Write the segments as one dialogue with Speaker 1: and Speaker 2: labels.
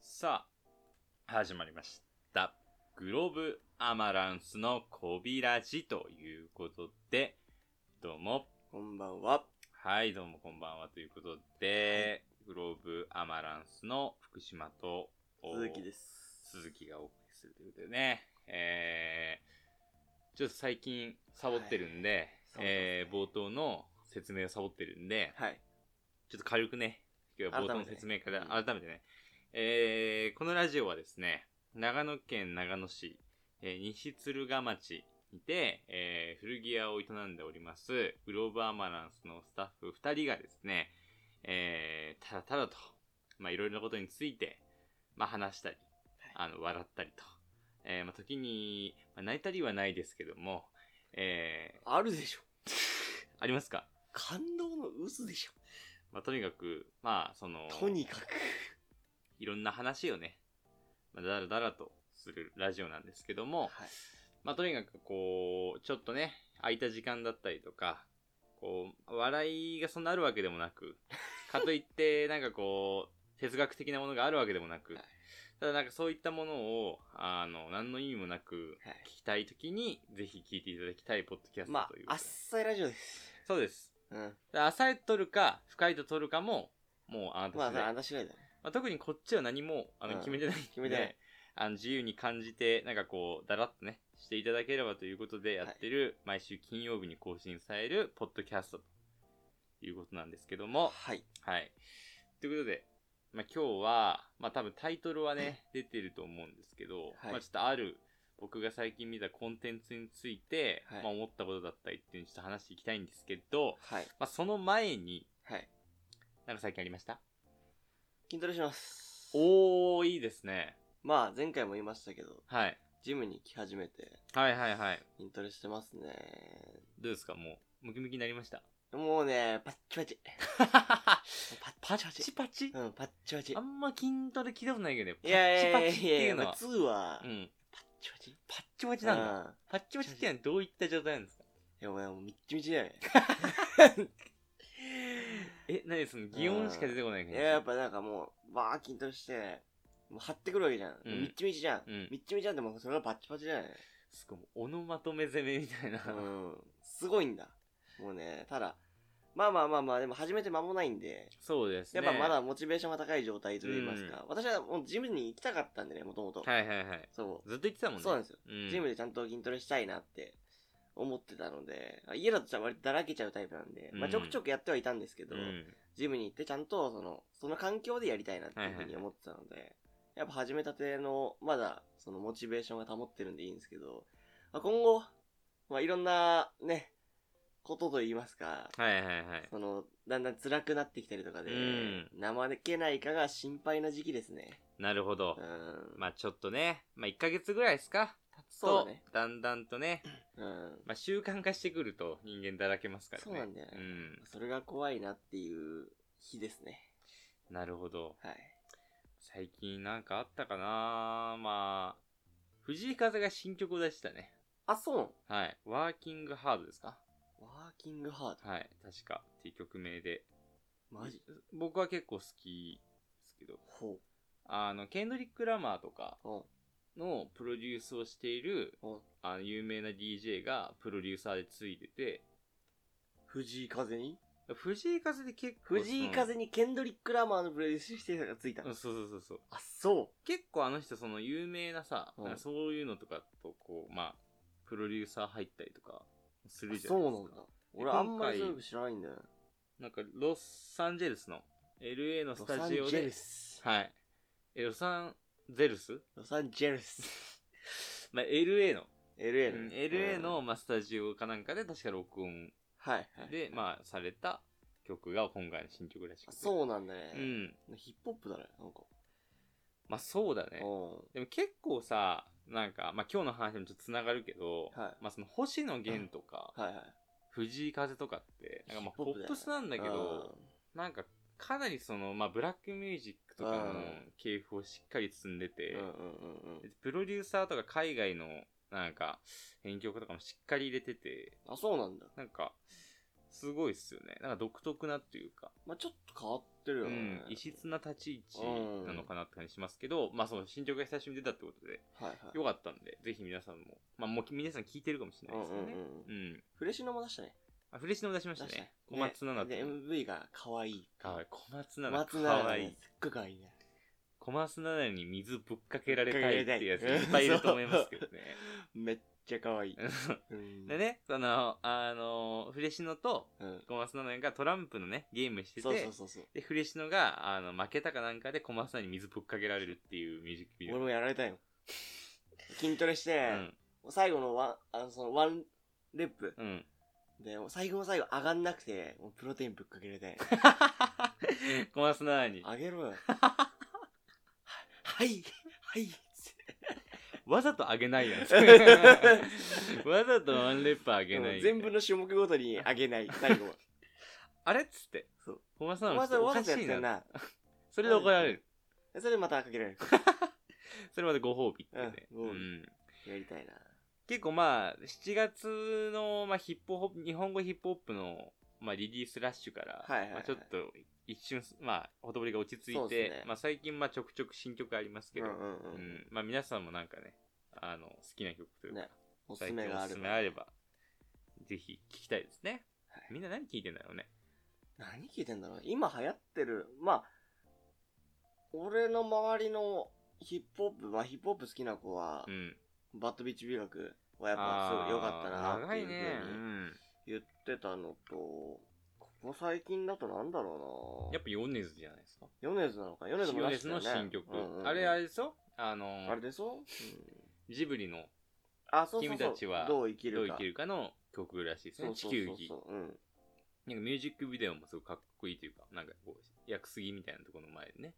Speaker 1: さあ、始まりました。グローブアマランスのコビラジということで、どうも、
Speaker 2: こんばんは。
Speaker 1: はい、どうもこんばんはということで、グローブアマランスの福島と、。
Speaker 2: 鈴木ですす。
Speaker 1: 鈴木がお送りするということでね、えー、ちょっと最近サボってるんで、
Speaker 2: はい
Speaker 1: えー、冒頭の説明をサボってるんで、
Speaker 2: はい。
Speaker 1: ちょっと軽くね、今日は冒頭の
Speaker 2: 改めてね
Speaker 1: 説明から
Speaker 2: う
Speaker 1: 改めてね、えーこのラジオはですね、長野県長野市、えー西鶴ヶ町にて、えー古着屋を営んでおります、グローブアマランスのスタッフ2人がですね、えーただただと、まあ、いろいろなことについて、まあ、話したり、あの、笑ったりと、えーまあ、時に、まあ、泣いたりはないですけども、え
Speaker 2: あるでしょ。
Speaker 1: ー ありますか
Speaker 2: 感動の渦でしょ。
Speaker 1: まあ、とにかく、まあ、その、
Speaker 2: とにかく。
Speaker 1: いろんな話をね、まあ、だらだらとするラジオなんですけども、
Speaker 2: はい。
Speaker 1: まあ、とにかくこう、ちょっとね、空いた時間だったりとか、こう、笑いがそんなあるわけでもな く、かといって、なんかこう、哲学的なものがあるわけでもなく
Speaker 2: はい、
Speaker 1: ただなんかそういったものを、あの、何の意味もなく、
Speaker 2: はい
Speaker 1: 聞きたいときに、ぜひ聞いていただきたいポッドキャス
Speaker 2: まあ
Speaker 1: トという、か、
Speaker 2: あっさいラジオです。
Speaker 1: そうです。
Speaker 2: う
Speaker 1: だ
Speaker 2: ん。
Speaker 1: から浅いとるか、深いと取るかも、もうあなた次
Speaker 2: ま
Speaker 1: 第
Speaker 2: あ、それあなた次第だね。
Speaker 1: まあ、特にこっちは何もあの、
Speaker 2: うん
Speaker 1: 決めてないんで
Speaker 2: 決めてない
Speaker 1: あの自由に感じてなんかこうだらっとねしていただければということでやってる、毎週金曜日に更新されるポッドキャストということなんですけども
Speaker 2: はい。
Speaker 1: はいということで、まあ、今日は、まあ、多分タイトルはね出てると思うんですけど、
Speaker 2: はい
Speaker 1: まあ、ちょっとある僕が最近見たコンテンツについて、
Speaker 2: はい
Speaker 1: まあ、思ったことだったりっていうのをちょっと話していきたいんですけど、
Speaker 2: はい。
Speaker 1: まあ、その前に
Speaker 2: はい。
Speaker 1: なんか最近ありました
Speaker 2: 筋トレします。
Speaker 1: おーいいですね
Speaker 2: まあ、前回も言いましたけど、
Speaker 1: はい
Speaker 2: ジムに来始めて、
Speaker 1: はいはいはい。
Speaker 2: 筋トレしてますね。
Speaker 1: どうですかもう、ムキムキになりました。
Speaker 2: もうね、パッチパチ。
Speaker 1: パ
Speaker 2: パ
Speaker 1: ッチパチ
Speaker 2: うん、パッチパチ。
Speaker 1: あんま筋トレ聞いたことないけどね、パ
Speaker 2: いやいやい
Speaker 1: ッチパ
Speaker 2: や
Speaker 1: チって
Speaker 2: いや
Speaker 1: い
Speaker 2: いうや、
Speaker 1: の
Speaker 2: まあ
Speaker 1: は。
Speaker 2: 2は
Speaker 1: う、ん。
Speaker 2: パッチパチ。
Speaker 1: パッチパチなんだ。
Speaker 2: だ。
Speaker 1: パッチパチっていうのはどういった状態なんですか
Speaker 2: いや、お前もうみっちみちだよね。
Speaker 1: え、何その、擬音しか出てこない
Speaker 2: い
Speaker 1: 感じ
Speaker 2: や、やっぱなんかもう、バーッ筋トレして、もう張ってくるわけじゃん。
Speaker 1: うん
Speaker 2: みっちみちじゃん。
Speaker 1: うん
Speaker 2: みっちみちじゃんってもうそれがパッチパチ じゃない。
Speaker 1: すごい、オノマトめ攻めみたいな。
Speaker 2: うん。すごいんだ。もうね、ただ、まあまあまあまあ、でも始めて間もないんで、
Speaker 1: そうです
Speaker 2: や
Speaker 1: ね。
Speaker 2: っぱまだモチベーションが高い状態といいますか、私はもうジムに行きたかったんでね、もともと。
Speaker 1: はいはいはい。
Speaker 2: そ
Speaker 1: ずっと言ってたもんね。
Speaker 2: そうなんですよ
Speaker 1: うん
Speaker 2: う。ジムでちゃんと筋トレしたいなって思ってたので、家だとさ割とだらけちゃうタイプなんで、ま
Speaker 1: う
Speaker 2: あ
Speaker 1: ん
Speaker 2: ちょくちょくやってはいたんですけど、
Speaker 1: うん
Speaker 2: ジムに行ってちゃんとそのその環境でやりたいなっていうふうに思ってたので、やっぱ始めたてのまだそのモチベーションが保ってるんでいいんですけど、まあ、今後、まあ、いろんなねことといいますか
Speaker 1: はいはいはい。
Speaker 2: そのだんだん辛くなってきたりとかで、
Speaker 1: うん
Speaker 2: 怠けないかが心配な時期ですね
Speaker 1: なるほど
Speaker 2: う。ん、
Speaker 1: まあちょっとね、まあ1ヶ月ぐらいですか経つ
Speaker 2: そう
Speaker 1: と
Speaker 2: だね、
Speaker 1: だんだんとね、
Speaker 2: うん、
Speaker 1: まあ習慣化してくると人間だらけますからね。
Speaker 2: そうなんだよね
Speaker 1: うん。
Speaker 2: それが怖いなっていう日ですね
Speaker 1: なるほど。
Speaker 2: はい
Speaker 1: 最近なんかあったかなまあ、藤井風が新曲を出したね。
Speaker 2: あそう
Speaker 1: はい。ワーキングハードですか
Speaker 2: ワーキングハード
Speaker 1: はい。確か。っていう曲名で。
Speaker 2: マジ
Speaker 1: 僕は結構好きですけど。
Speaker 2: ほ
Speaker 1: あの、ケンドリック・ラマーとか
Speaker 2: う
Speaker 1: のプロデュースをしている、
Speaker 2: うんうん
Speaker 1: あの、有名な DJ がプロデューサーでついてて、
Speaker 2: 藤井風に
Speaker 1: 藤井風で結構その。
Speaker 2: 藤井風にケンドリック・ラマーのプロデュースしてがついた、
Speaker 1: うんそうそうそうそう。
Speaker 2: あそ
Speaker 1: 結構あの人、その有名なさ、
Speaker 2: うん
Speaker 1: なんかそういうのとかと、こう、まあ、プロデューサー入ったりとかす
Speaker 2: う
Speaker 1: る
Speaker 2: あ
Speaker 1: じゃない
Speaker 2: そ
Speaker 1: で
Speaker 2: う
Speaker 1: すか。
Speaker 2: なんだ俺あんまりそういうの知らないんだよ
Speaker 1: なんか、ロサンゼルスの、LA の
Speaker 2: ロ
Speaker 1: ス
Speaker 2: サ
Speaker 1: タ
Speaker 2: ン
Speaker 1: ジ
Speaker 2: ジ
Speaker 1: オ
Speaker 2: ェ
Speaker 1: で
Speaker 2: ル、ス
Speaker 1: はい。え、ロサンゼルス
Speaker 2: ロサンジェルス
Speaker 1: まあ、LA の、
Speaker 2: LA
Speaker 1: う
Speaker 2: の
Speaker 1: ん LA の、
Speaker 2: うん
Speaker 1: まあ、スタジオかなんかで、確か録音
Speaker 2: はいはい
Speaker 1: で、まあ、された曲が今回の新曲らしく
Speaker 2: あ
Speaker 1: て。
Speaker 2: そうなんだ
Speaker 1: う
Speaker 2: ね、
Speaker 1: ん。
Speaker 2: ヒップホップだねなんか、
Speaker 1: まあ、そうだね。
Speaker 2: う
Speaker 1: でも結構さ、なんか、まあ、今日の話にもちょっと繋がるけど、
Speaker 2: はい
Speaker 1: まあ、その、星野源とか、
Speaker 2: んはいはい
Speaker 1: 藤井風とかって、なんかまあ、
Speaker 2: ヒ
Speaker 1: ポ
Speaker 2: ップホップだよ
Speaker 1: ッ
Speaker 2: ね
Speaker 1: プスなんだけど、なんか、かなりその、まあ、ブラックミュージックとかの
Speaker 2: うん
Speaker 1: 系譜をしっかり積んでて、
Speaker 2: うんうんうんうん
Speaker 1: プロデューサーとか海外のなんか編曲とかもしっかり入れてて、
Speaker 2: あそうなんだ
Speaker 1: なんかすごいっすよね。なんか独特なっていうか。
Speaker 2: まあちょっと変わっってるよ
Speaker 1: う
Speaker 2: ね
Speaker 1: ん。、異質な立ち位置なのかなって感じしますけど、まあその進捗が久しぶりに出たってことで、
Speaker 2: はいはい。
Speaker 1: よかったんで、ぜひ皆さんも、まあもう皆さん聞いてるかもしれ
Speaker 2: う
Speaker 1: ないで
Speaker 2: ん
Speaker 1: すけ
Speaker 2: う
Speaker 1: ど
Speaker 2: ん
Speaker 1: ね。
Speaker 2: うん。
Speaker 1: うん。
Speaker 2: フレッシュのも出したね。
Speaker 1: あ、フレッシュのも出しま
Speaker 2: 出
Speaker 1: した
Speaker 2: した
Speaker 1: ね。小松菜奈
Speaker 2: で、
Speaker 1: と。
Speaker 2: MV が可愛い。
Speaker 1: かわいい。小松菜奈。
Speaker 2: 松
Speaker 1: か
Speaker 2: 永
Speaker 1: わ
Speaker 2: が
Speaker 1: い
Speaker 2: ね
Speaker 1: い。
Speaker 2: すっごい可愛いね。
Speaker 1: 小松菜奈に水ぶっかけられたいっていうやついっぱいいると思いますけどね。
Speaker 2: めっちゃ可 愛い。うん
Speaker 1: でね、その、あの、フレシノと
Speaker 2: うん。
Speaker 1: 小松菜奈がトランプのね、ゲームしてて、
Speaker 2: そうそうそうそう。
Speaker 1: で、フレシノが、あの、負けたかなんかで小松菜奈に水ぶっかけられるっていうミュージックビデオ。
Speaker 2: 俺もやられた よ。筋トレし
Speaker 1: う
Speaker 2: て、
Speaker 1: ん。
Speaker 2: 最後のワン、あの、そのワンレップ。
Speaker 1: うん。
Speaker 2: で、もう最後の最後上がんなくて、もうプロテインぶっかけられて。
Speaker 1: 小松菜奈に、
Speaker 2: あげろ よ。ははい、はい、つって
Speaker 1: わざとあげ ないやつ。わざとワンレッパーあげない。
Speaker 2: 全部の種目ごとにあげない、最 後は。
Speaker 1: あれっつって。
Speaker 2: そう。
Speaker 1: 小松菜
Speaker 2: わ
Speaker 1: 奈
Speaker 2: ざ
Speaker 1: も
Speaker 2: わ
Speaker 1: おか
Speaker 2: ざやっ
Speaker 1: してい
Speaker 2: ん
Speaker 1: な。
Speaker 2: な。
Speaker 1: それで怒られる。
Speaker 2: それでまたかけられる。
Speaker 1: それまでご褒美ってね。
Speaker 2: うんご褒
Speaker 1: う
Speaker 2: 美
Speaker 1: ん
Speaker 2: やりたいな。
Speaker 1: 結構まあ、7月の、まあ、ヒップホップ、日本語ヒップホップの、まあ、リリースラッシュから、
Speaker 2: はいはいはい
Speaker 1: まあ、ちょっと、一瞬、まあ、ほとぼりが落ち着い
Speaker 2: そう
Speaker 1: て、
Speaker 2: ですね
Speaker 1: まあ、最近、まあ、ちょくちょく新曲ありますけ
Speaker 2: うん
Speaker 1: ど、
Speaker 2: う
Speaker 1: うん
Speaker 2: うん。
Speaker 1: んまあ、皆さんもなんかね、あの、好きな曲というか、
Speaker 2: ねおす
Speaker 1: 最
Speaker 2: すめ
Speaker 1: 近
Speaker 2: が
Speaker 1: お
Speaker 2: あ
Speaker 1: す
Speaker 2: る。
Speaker 1: すめあれ。ば、ぜひ聞きたいですね。
Speaker 2: はい
Speaker 1: みんな何聞いてんだろうね。
Speaker 2: 何聞いてんだろう今流行ってる。まあ、俺の周りのヒップホップ、まあヒップホップ好きな子は、
Speaker 1: うん。
Speaker 2: バッドビーチ美学はやっぱすごい良かった
Speaker 1: あー
Speaker 2: なっ
Speaker 1: 長
Speaker 2: てい
Speaker 1: いう
Speaker 2: ふう
Speaker 1: ね
Speaker 2: に。言ってたのと、ここ最近だとなんだろ
Speaker 1: うん。
Speaker 2: う
Speaker 1: や
Speaker 2: な
Speaker 1: っぱ、ヨネズじゃないですか。
Speaker 2: 米津なのか米津も
Speaker 1: ヨネ
Speaker 2: 出し
Speaker 1: ズ
Speaker 2: たよ
Speaker 1: の
Speaker 2: ね
Speaker 1: 新曲。
Speaker 2: うんうん
Speaker 1: あれ、あれでしょあの、
Speaker 2: あれでしょ、うん、
Speaker 1: ジブリの、
Speaker 2: あ、そうそうそ
Speaker 1: 君
Speaker 2: う
Speaker 1: たちは
Speaker 2: どう生き
Speaker 1: どう
Speaker 2: る
Speaker 1: 生
Speaker 2: か。
Speaker 1: きるかの曲らしいです
Speaker 2: そう
Speaker 1: ね。
Speaker 2: そ
Speaker 1: 地
Speaker 2: うそう
Speaker 1: 球
Speaker 2: そう
Speaker 1: 儀。
Speaker 2: うん。
Speaker 1: なんかミュージックビデオもすごくかっこいいというか、なんかこう、屋杉みたいなところの前でね、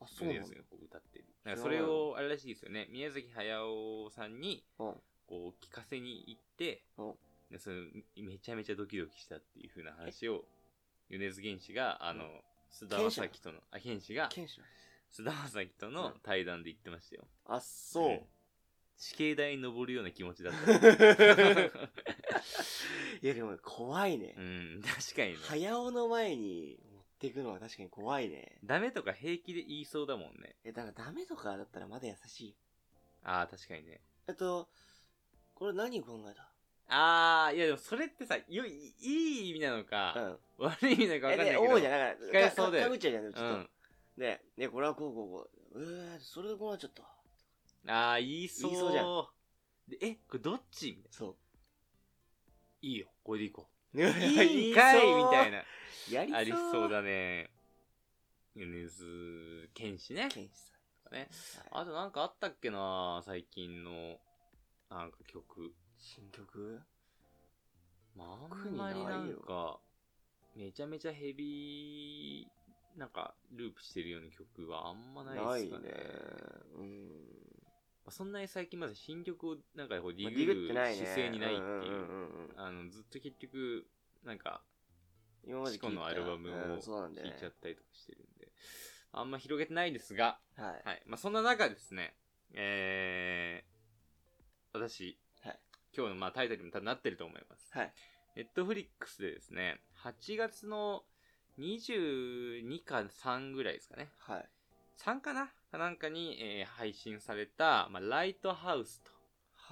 Speaker 2: あ、そう
Speaker 1: 米
Speaker 2: なんだ
Speaker 1: 津。がこう歌ってる。なんかそれを、あれらしいですよね、宮崎駿さんに、
Speaker 2: うん。
Speaker 1: こう、聞かせに行って
Speaker 2: うん、
Speaker 1: でそのめちゃめちゃドキドキしたっていう風な話を、米津玄師が、あの
Speaker 2: う、
Speaker 1: 菅田将暉との、あ、玄師が、
Speaker 2: 剣士だ
Speaker 1: 菅田将暉との対談で言ってましたよ。
Speaker 2: あ、そう。
Speaker 1: ん死刑台に登るような気持ちだっ
Speaker 2: い
Speaker 1: た。
Speaker 2: や、でも怖いね。
Speaker 1: うん、確かにね。
Speaker 2: 早尾の前に持っていくのは確かに怖いね。
Speaker 1: ダメとか平気で言いそうだもんね。
Speaker 2: え、だからダメとかだったらまだ優しい。
Speaker 1: ああ、確かにね。
Speaker 2: えっと、これ何考えた
Speaker 1: ああ、いやでもそれってさ、よいいい意味なのか、
Speaker 2: ん。
Speaker 1: 悪い意味なのか分かん
Speaker 2: え、
Speaker 1: ない
Speaker 2: で、
Speaker 1: けど。
Speaker 2: 思うじゃん。だから、
Speaker 1: 聞かれそうだよ
Speaker 2: かぐちゃうじゃん、ちょっと。
Speaker 1: う
Speaker 2: で、ね、これはこうこうこう。えー、それでこうなっちゃった。
Speaker 1: ん。ああ、言いそう。
Speaker 2: 言いそうじゃ
Speaker 1: で、え、これどっちみたいな。
Speaker 2: そ
Speaker 1: いいよ、こ れでいこう。
Speaker 2: う。
Speaker 1: いいんかいみたい
Speaker 2: な。
Speaker 1: な。
Speaker 2: やりそう。
Speaker 1: ありそう。だね。米津玄師ね。
Speaker 2: 剣士さん。
Speaker 1: ね
Speaker 2: はい。
Speaker 1: あとなんかあったっけな最近の、なんか曲。
Speaker 2: 新曲
Speaker 1: まあ、あ
Speaker 2: 特
Speaker 1: ん
Speaker 2: に
Speaker 1: まりな
Speaker 2: ない
Speaker 1: ん
Speaker 2: よ
Speaker 1: か、めちゃめちゃヘビー、なんか、ループしてるような曲はあんま
Speaker 2: な
Speaker 1: ない
Speaker 2: い
Speaker 1: です
Speaker 2: ね
Speaker 1: かね。。
Speaker 2: うん。
Speaker 1: まあそんなに最近まで新曲をなんかこうリ
Speaker 2: まあ
Speaker 1: グる
Speaker 2: ないね
Speaker 1: 姿勢にないって
Speaker 2: んん
Speaker 1: いうん
Speaker 2: んん
Speaker 1: あのずっと結局なんか
Speaker 2: 今まで
Speaker 1: チコ
Speaker 2: 聞いた
Speaker 1: のアルバムを
Speaker 2: うんそうなんだよ
Speaker 1: 聴い
Speaker 2: ね
Speaker 1: ちゃったりとかしてるんであんま広げてないですが、
Speaker 2: はい。
Speaker 1: はいまあ、そんな中ですねえー、私、
Speaker 2: はい
Speaker 1: 今日のまあタイトルにも多分なってると思います
Speaker 2: はい。
Speaker 1: ネットフリックスでですね8月の22か3ぐらいですかね
Speaker 2: はい。
Speaker 1: 3かなかなんかに、えー配信された、まあ、ライトハウスと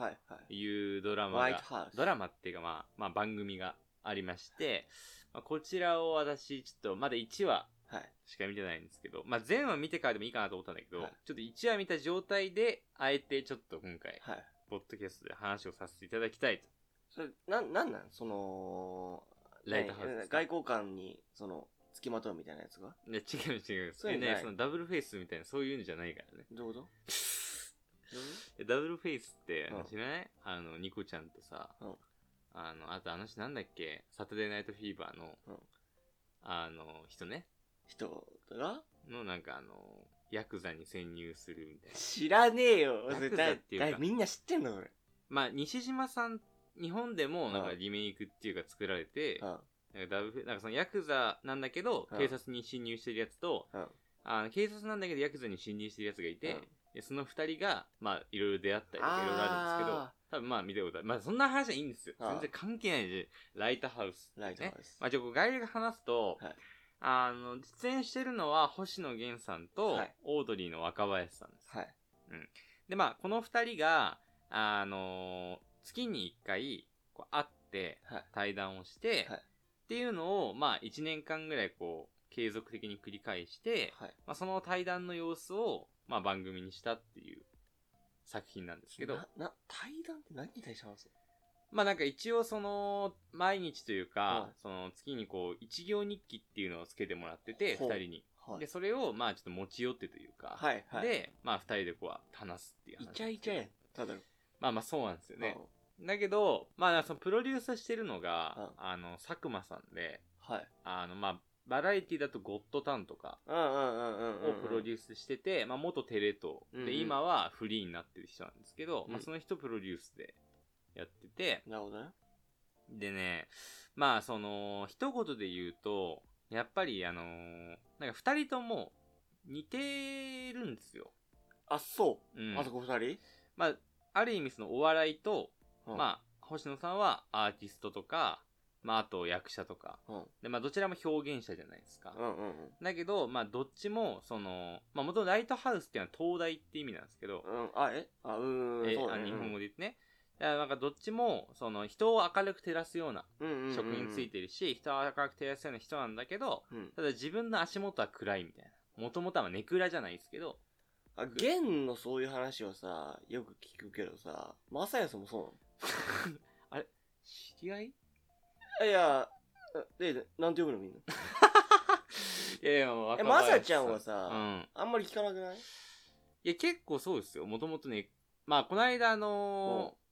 Speaker 2: はい。はい。
Speaker 1: いうドラマ
Speaker 2: ワイト
Speaker 1: が、
Speaker 2: ハウス。
Speaker 1: ドラマっていうか、まあ、まあ、番組がありまして、まあ、こちらを私、ちょっと、まだ1話
Speaker 2: はい。
Speaker 1: しか見てないんですけど、まあ、全話見てからでもいいかなと思ったんだけど、
Speaker 2: はい
Speaker 1: ちょっと1話見た状態で、あえてちょっと今回、
Speaker 2: はい。
Speaker 1: ポッドキャストで話をさせていただきたいと。
Speaker 2: それ、なん、なんなんその、
Speaker 1: ライトハウスですか。
Speaker 2: 外交官に、その、付きまとうみたいなやつが
Speaker 1: いや、違う違う。
Speaker 2: そ
Speaker 1: そうう
Speaker 2: いう
Speaker 1: い
Speaker 2: の
Speaker 1: うね、
Speaker 2: ない
Speaker 1: そのダブルフェイスみたいな、そういうのじゃないからね。
Speaker 2: どういうことどういうこ
Speaker 1: ダブルフェイスって、
Speaker 2: うん
Speaker 1: 知らないあの、ニコちゃんとさ、
Speaker 2: うん
Speaker 1: あの、あとあの人なんだっけサタデーナイトフィーバーの、
Speaker 2: うん
Speaker 1: あの、人ね。
Speaker 2: と人が
Speaker 1: のなんかあの、ヤクザに潜入するみたいな。
Speaker 2: 知らねえよ
Speaker 1: ヤクザっていうか
Speaker 2: だだみんな知ってんの俺。
Speaker 1: まあ、西島さん、日本でもなんか
Speaker 2: うん
Speaker 1: リメイクっていうか作られて
Speaker 2: う、ん。
Speaker 1: なんかダブルなんかそのヤクザなんだけど
Speaker 2: う、ん
Speaker 1: 警察に侵入してるやつと、
Speaker 2: うん
Speaker 1: あの警察なんだけどヤクザに侵入してるやつがいて、
Speaker 2: うん
Speaker 1: でその二人が、まあ、いろいろ出会ったりとかいろいろあるんですけど
Speaker 2: あ、
Speaker 1: 多分まあ見たことある。まあそんな話はいいんですよ。
Speaker 2: うん
Speaker 1: 全然関係ないで、ライトハウス、
Speaker 2: ライトハウス
Speaker 1: まあちょ、こう概要が話すと、
Speaker 2: はい
Speaker 1: あの、実演してるのは星野源さんと
Speaker 2: はい
Speaker 1: オードリーの若林さんです。
Speaker 2: はい。
Speaker 1: で、まあ、この二人が、あのー月に一回、こう、会って、
Speaker 2: はい。
Speaker 1: 対談をして、
Speaker 2: はい
Speaker 1: っていうのを、まあ、一年間ぐらい、こう、継続的に繰り返して、
Speaker 2: はい。
Speaker 1: まあ、その対談の様子を、まあ、番組にしたっていう作品なんですけど、
Speaker 2: な、な、対談って何に対して話す
Speaker 1: まあなんか一応その、毎日というか、
Speaker 2: はい
Speaker 1: その月にこう、一行日記っていうのをつけてもらってて、二
Speaker 2: ほう
Speaker 1: 人に。
Speaker 2: のは
Speaker 1: で、
Speaker 2: い。
Speaker 1: それをまあちょっと持ち寄ってというか、
Speaker 2: はい。はい。、
Speaker 1: で、まあ二人でこう、話すっていう話
Speaker 2: イチャイチャやん。ただの。
Speaker 1: まあまあそうなんですよね
Speaker 2: う。ん。
Speaker 1: だけど、まあそのプロデュースしてるのが、
Speaker 2: う
Speaker 1: あの、佐久間さんで、
Speaker 2: はい。
Speaker 1: あの、まあ、バラエティだとゴッドタンとか
Speaker 2: うんうんうんうんうんうん。
Speaker 1: をプロデュースしてて、まあ元テレ東、
Speaker 2: うんう
Speaker 1: で、
Speaker 2: ん
Speaker 1: 今はフリーになってる人なんですけど、ま
Speaker 2: う
Speaker 1: あ
Speaker 2: ん
Speaker 1: その人プロデュースでやってて、
Speaker 2: なるほどね。
Speaker 1: でね、まあその、一言で言うと、やっぱりあのーなんか二人とも似てるんですよ。
Speaker 2: あ、そうう。
Speaker 1: ん。
Speaker 2: あそこ二人
Speaker 1: まあ、ある意味そのお笑いと、
Speaker 2: あ。
Speaker 1: まあ、星野さんはアーティストとか、まああと役者とか、
Speaker 2: うん。
Speaker 1: で、まあどちらも表現者じゃないですか。
Speaker 2: うんうんうん。
Speaker 1: だけど、まあどっちも、その、まあ元々ライトハウスっていうのは東大って意味なんですけど、
Speaker 2: うん、あ、えあ、うーん、
Speaker 1: え
Speaker 2: そうだ
Speaker 1: あ
Speaker 2: ね。
Speaker 1: 日本語で言
Speaker 2: で
Speaker 1: ってね。だからなんかどっちも、その人を明るく照らすような職
Speaker 2: 職
Speaker 1: につい。てるし、人を明るく照らすような人なんだけど、
Speaker 2: うん。
Speaker 1: ただ自分の足元は暗いみたいな。もともとはネクラじゃないですけど、
Speaker 2: あ、弦のそういう話をさ、よく聞くけどさ、まさやさんもそう
Speaker 1: 知り合い
Speaker 2: なのいや、で、なんて呼ぶのみんな。
Speaker 1: いやいや、わ
Speaker 2: え、
Speaker 1: か
Speaker 2: まさちゃんは
Speaker 1: う
Speaker 2: さ、
Speaker 1: ん。
Speaker 2: あんまり聞かなくない
Speaker 1: いや、結構そうですよ。もともとね、まあ、この間、あのー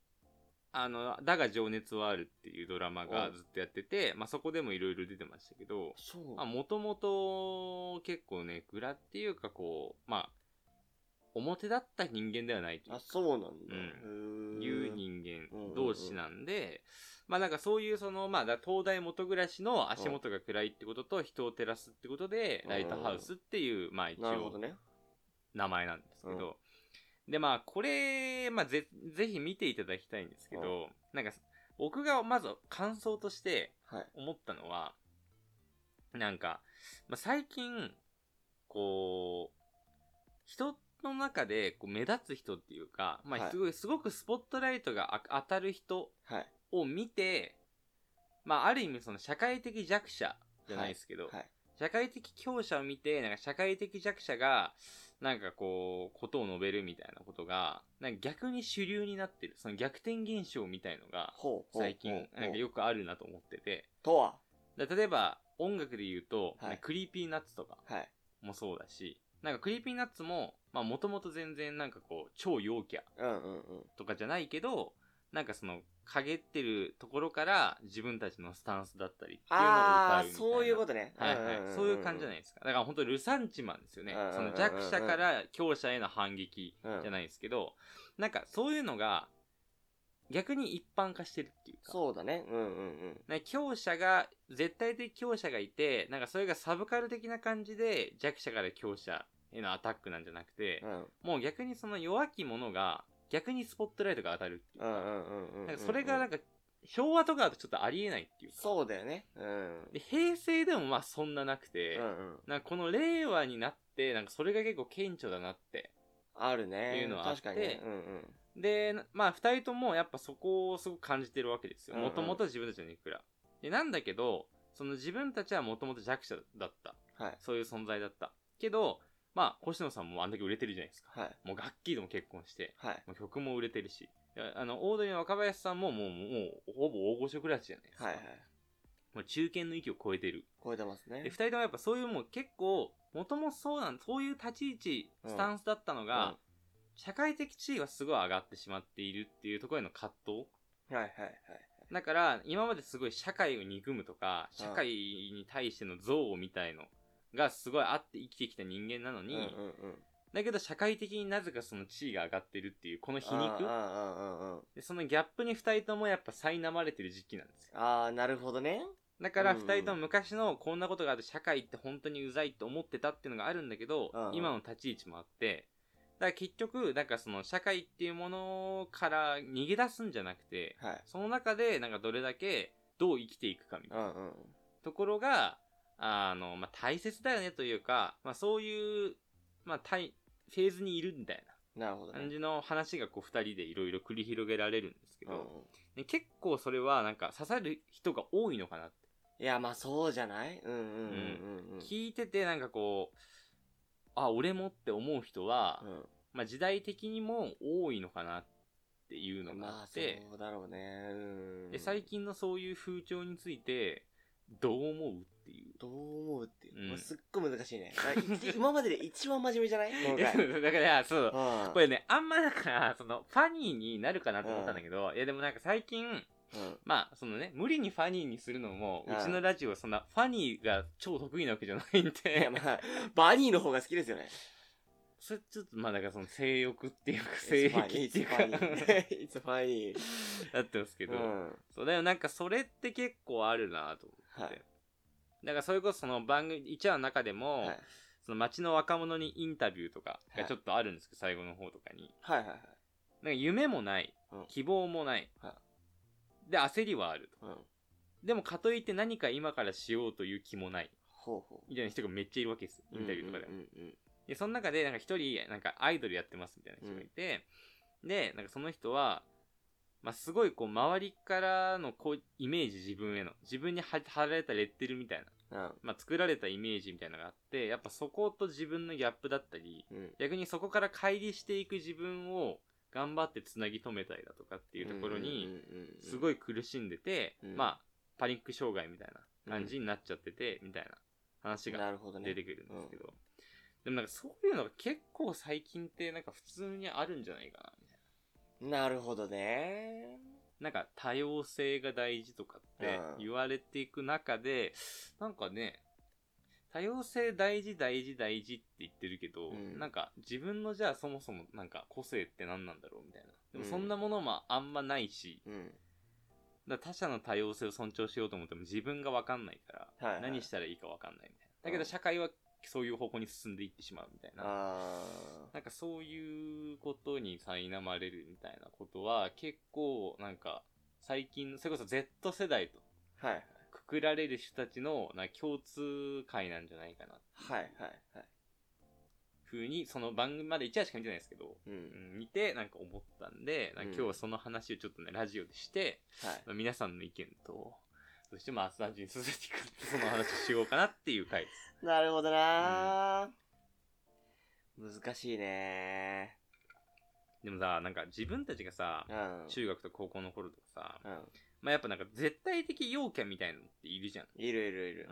Speaker 1: あの、だが情熱はあるっていうドラマが
Speaker 2: うん
Speaker 1: ずっとやってて、まあそこでもいろいろ出てましたけど、
Speaker 2: そう
Speaker 1: まあもともと結構ね、グラっていうかこう、まあ、表だった人間ではないという
Speaker 2: あ、
Speaker 1: か
Speaker 2: そうなんだ。
Speaker 1: う
Speaker 2: うん
Speaker 1: いう人間
Speaker 2: うんうんうん
Speaker 1: 同士なんで、まあなんかそういうその、まあだ東大元暮らしの足元が暗いってことと人を照らすってことで、
Speaker 2: うん
Speaker 1: ライトハウスっていう、まあ一
Speaker 2: なるほ
Speaker 1: 応
Speaker 2: どね。
Speaker 1: 名前なんですけど、でまあこれ、まあぜ、ぜひ見ていただきたいんですけど、なんか僕がまず感想として
Speaker 2: はい。
Speaker 1: 思ったのは、なんか、まあ最近、こう、人の中でこう目立つ人っていうか、ま
Speaker 2: は
Speaker 1: あ
Speaker 2: い
Speaker 1: すごい、すごくスポットライトがあ当たる人
Speaker 2: はい。
Speaker 1: を見て、まあある意味その社会的弱者じゃないですけど、
Speaker 2: はい。
Speaker 1: 社会的強者を見て、なんか社会的弱者が、なんかこう、ことを述べるみたいなことが、なんか逆に主流になってる。その逆転現象みたいのが、
Speaker 2: ほう。
Speaker 1: 最近、
Speaker 2: ほう
Speaker 1: なんかよくあるなと思ってて、
Speaker 2: とは
Speaker 1: だ例えば、音楽で言うと、
Speaker 2: はい
Speaker 1: なんかクリーピーナッツとか
Speaker 2: はい。
Speaker 1: もそうだし、なんかクリーピーナッツも、まあもともと全然なんかこう、超陽キャ
Speaker 2: うんうんうん。
Speaker 1: とかじゃないけど、なんかその、陰ってるところから自分たちのスタンスだったりっていうのを歌
Speaker 2: あ
Speaker 1: うみたい
Speaker 2: ー、
Speaker 1: な。
Speaker 2: そういうことね。
Speaker 1: はいはい、そういう感じじゃないいですか。だから本当ルサンチマンですよね
Speaker 2: うんうんうんう。ん
Speaker 1: その弱者から強者への反撃じゃ
Speaker 2: い。
Speaker 1: ないですけど、なんかそういうのが逆に一般化してるっていうか。
Speaker 2: そうだね。うんうん
Speaker 1: なんか強者が、絶対的強者がいて、なんかそれがサブカル的な感じで弱者から強者へのアタックなんじゃなくて
Speaker 2: う、ん。うん。
Speaker 1: もう逆にその弱き者が逆にスポットライトが当たるっていう
Speaker 2: う
Speaker 1: か。
Speaker 2: んうんうんうん。
Speaker 1: なんかそれがなんか昭和とかだとちょっとありえないっていうか。
Speaker 2: そうだよね。うん。
Speaker 1: で平成でもまあそんななくて、
Speaker 2: うんうん。
Speaker 1: なんかこの令和になって、なんかそれが結構顕著だなって。
Speaker 2: あるね。
Speaker 1: っていうのはあって
Speaker 2: 確かにね。うんうん。
Speaker 1: で、なまあ二人ともやっぱそこをすごく感じてるわけですよ。
Speaker 2: うんうん
Speaker 1: もともと自分たちのネクラ。で、なんだけど、その自分たちはもともと弱者だった。
Speaker 2: はい。
Speaker 1: そういう存在だった。けど、まあ星野さんもあんだけ売れてるじゃないですか。
Speaker 2: はい。
Speaker 1: もう楽器でも結婚して、
Speaker 2: はい。
Speaker 1: もう曲も売れてるし。であの、オードリーの若林さんももう、もう、ほぼ大御所暮らしじゃないですか。
Speaker 2: はいはい。
Speaker 1: もう中堅の域を超えてる。
Speaker 2: 超えてますね
Speaker 1: で、二。人ともやっぱそういうもう結構、もともそうなん、そういう立ち位置、スタンスだったのが、社会的地位はすごい上がってしまっているっていうところへの葛藤。
Speaker 2: うん、はいはいはい。
Speaker 1: だから、今まですごい社会を憎むとか、社会に対しての憎悪みたいのがすごいあって生きてきた人間なのに、
Speaker 2: うんうんうん。
Speaker 1: だけど社会的になぜかその地位が上がってるっていう、この皮
Speaker 2: あー
Speaker 1: 肉
Speaker 2: あーあーあーあー
Speaker 1: で、そのギャップに二人ともやっぱ苛まれてる時期なんですよ。
Speaker 2: あーなるほどね。
Speaker 1: だから
Speaker 2: うん
Speaker 1: 二人とも昔のこんなことがあって社会って本当にうざいって思ってたっていうのがあるんだけど
Speaker 2: うんう、ん
Speaker 1: 今の立ち位置もあって、だから結局、なんかその社会っていうものから逃げ出すんじゃなくて、
Speaker 2: はい。
Speaker 1: その中でなんかどれだけどう生きていくかみた
Speaker 2: う
Speaker 1: いなん
Speaker 2: うん。
Speaker 1: ところが、あの、まあ、大切だよねというか、まあ、そういう、まあ、たいフェーズにいるみたい
Speaker 2: なるほど
Speaker 1: な
Speaker 2: ね。
Speaker 1: 感じの話がこう二人でいろいろ繰り広げられるんですけ
Speaker 2: うんうん
Speaker 1: ど、で結構それはなんか刺さる人が多いのかなって。
Speaker 2: いや、まあそうじゃないうんうんうんうんうん。
Speaker 1: 聞いててなんかこう、あ、俺もって思う人は
Speaker 2: う、ん
Speaker 1: まあ、時代的にも多いのかなっていうのが
Speaker 2: ま
Speaker 1: あ
Speaker 2: あ
Speaker 1: って、
Speaker 2: そうだろうね。うん。
Speaker 1: で最近のそういう風潮についてどう思うっていう。
Speaker 2: どう思うっていう。
Speaker 1: うん
Speaker 2: もうすっごい難しいね。 あ一今までで一番真面目じゃない 今
Speaker 1: だ
Speaker 2: 回。うん
Speaker 1: からそうこ
Speaker 2: う
Speaker 1: れねあんまだからそのファニーになるかなと思ったんだけど、いやでもなんか最近
Speaker 2: ん。
Speaker 1: まあそのね無理にファニーにするのも、
Speaker 2: うん
Speaker 1: うちのラジオそんなファニーが超得意なわけじゃないん
Speaker 2: い
Speaker 1: で、
Speaker 2: やまあ、バニーの方が好きですよね。
Speaker 1: それちょっとまあだからその性欲っていうか性
Speaker 2: ファ
Speaker 1: 癖
Speaker 2: ニ
Speaker 1: っていうか
Speaker 2: ー。It's funny.
Speaker 1: なってますけ
Speaker 2: It's funny. う
Speaker 1: ど、
Speaker 2: ん。
Speaker 1: そうだよなんかそれって結構あるなと思って
Speaker 2: はい。
Speaker 1: だからそれこそその番組1話の中でも、
Speaker 2: はい
Speaker 1: その街の若者にインタビューとかが
Speaker 2: はい
Speaker 1: ちょっとあるんですけど、最後の方とかに。
Speaker 2: はいはいはい。
Speaker 1: なんか夢もない
Speaker 2: うん、
Speaker 1: 希望もない、
Speaker 2: は
Speaker 1: で、焦りはあると。
Speaker 2: うん。
Speaker 1: でも、かといって何か今からしようという気もない、
Speaker 2: ほうほ
Speaker 1: みたいな人がめっちゃいるわけですよ、
Speaker 2: う。
Speaker 1: インタビューとかで。
Speaker 2: うんうんうん
Speaker 1: で、その中で、なんか一人、なんかアイドルやってますみたいな人がいて、で、なんかその人は、まあ、すごいこう、周りからのこう、イメージ自分への、自分に貼貼られたレッテルみたいな、
Speaker 2: うん。
Speaker 1: まあ、作られたイメージみたいなのがあって、やっぱそこと自分のギャップだったり、
Speaker 2: うん。うん。
Speaker 1: 逆にそこから乖離していく自分を頑張ってつなぎ止めたりだとかっていうところに、す
Speaker 2: い。
Speaker 1: ごい苦しんでて、
Speaker 2: うん
Speaker 1: まあ、パニック障害みたいな感じになっちゃってて、みたいな話が
Speaker 2: なるほどね。
Speaker 1: 出てくるんですけど。でもなんかそういうのが結構最近ってなんか普通にあるんじゃないかな、みたい
Speaker 2: なるほどね。
Speaker 1: な。なんか多様性が大事とかって
Speaker 2: うん
Speaker 1: 言われていく中で、なんかね、多様性大事大事大事って言ってるけど、
Speaker 2: うん
Speaker 1: なんか自分のじゃあそもそもなんか個性って何なんだろうみたいな。でも
Speaker 2: うん
Speaker 1: そんなものもあんまないし、
Speaker 2: うん。
Speaker 1: だから他者の多様性を尊重しようと思っても自分がわかんないから、
Speaker 2: はいはい
Speaker 1: 何したらいいかわかんないみたいな。だ
Speaker 2: うん
Speaker 1: けど社会はそういう方向に進んでいってしまうみたいな。
Speaker 2: ああ。
Speaker 1: なんかそういうことに苛まれるみたいなことは結構なんか最近、それこそ Z 世代と
Speaker 2: はいはい。
Speaker 1: くくられる人たちのなんか共通会なんじゃないかな。
Speaker 2: はいはいはい。
Speaker 1: ふうに、その番組まで1話しか見てないですけど、
Speaker 2: う。
Speaker 1: うんん見てなんか思ったんで、なんか今日はその話をちょっとね、ラジオでして、
Speaker 2: はい。
Speaker 1: まあ皆さんの意見と、そしてまあ、アスラジに続いていく、その話をしようかなっていう回です。
Speaker 2: なるほどな、難しいね
Speaker 1: でもさ、なんか自分たちがさ
Speaker 2: う、ん。
Speaker 1: 中学と高校の頃とかさ、
Speaker 2: うん。
Speaker 1: まあやっぱなんか絶対的陽キャみたいなのっているじゃん。
Speaker 2: いるいるいる。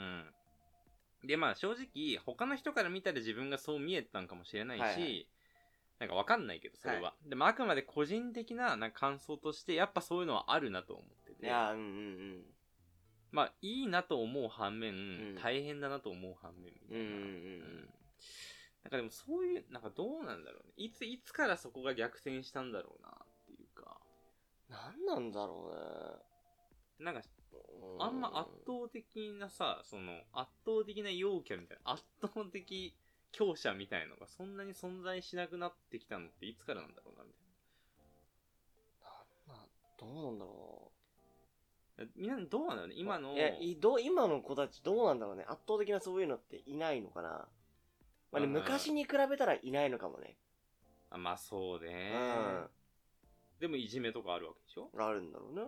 Speaker 1: うん。で、まあ正直、他の人から見たら自分がそう見えたんかもしれないし、
Speaker 2: はいはい
Speaker 1: なんかわかんないけど、それは。でもあくまで個人的ななんか感想として、やっぱそういうのはあるなと思って
Speaker 2: い
Speaker 1: て。
Speaker 2: や、うんうん
Speaker 1: まあいいなと思う反面、
Speaker 2: ん
Speaker 1: 大変だなと思う反面みた
Speaker 2: うん。うん
Speaker 1: い
Speaker 2: うん
Speaker 1: な。
Speaker 2: うん
Speaker 1: うんなんかでもそういう、なんかどうなんだろうね。いつ、いつからそこが逆転したんだろうなっていうか。
Speaker 2: なんなんだろ
Speaker 1: なんか、
Speaker 2: うね。
Speaker 1: あんま圧倒的なさ、その、圧倒的な陽キャみたいな、圧倒的強者みたいのがそんなに存在しなくなってきたのっていつからなんだろうな、み
Speaker 2: まあどうなんだろ
Speaker 1: たいな。みんなどうなんだろうね、
Speaker 2: う。
Speaker 1: 今の、
Speaker 2: いやいどう今の子たちどうなんだろうね。圧倒的なそういうのっていないのかな。まあね、
Speaker 1: うん
Speaker 2: 昔に比べたらいないのかもね。
Speaker 1: あまあそうね、
Speaker 2: う
Speaker 1: でもいじめとかあるわけでしょ
Speaker 2: ん。あるんだろうね。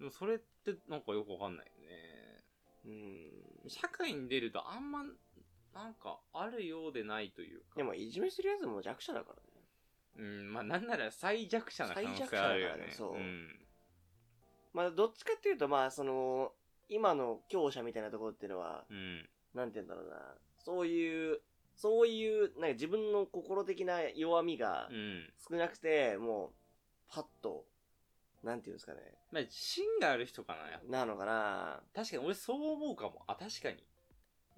Speaker 1: でもそれってなんかよくわかんないよね。
Speaker 2: うん。うん。
Speaker 1: 社会に出るとあんま、なんかあるようでないというか。
Speaker 2: でも、いじめするやつも弱者だからね。
Speaker 1: うん、まあなんなら最弱者な可能性あるよね。。
Speaker 2: 最弱者だからねそうんまあ、どっちかっていうと、まあ、その、今の強者みたいなところっていうのは、
Speaker 1: うん。
Speaker 2: なんて言うんだろうな。そういう、そういう、なんか自分の心的な弱みが
Speaker 1: うん。
Speaker 2: 少なくて、もう、パッと、なんて言うんですかね。
Speaker 1: まあ自信がある人かな、やっぱ
Speaker 2: なのかな
Speaker 1: 確かに俺そう思うかも。あ、確かに。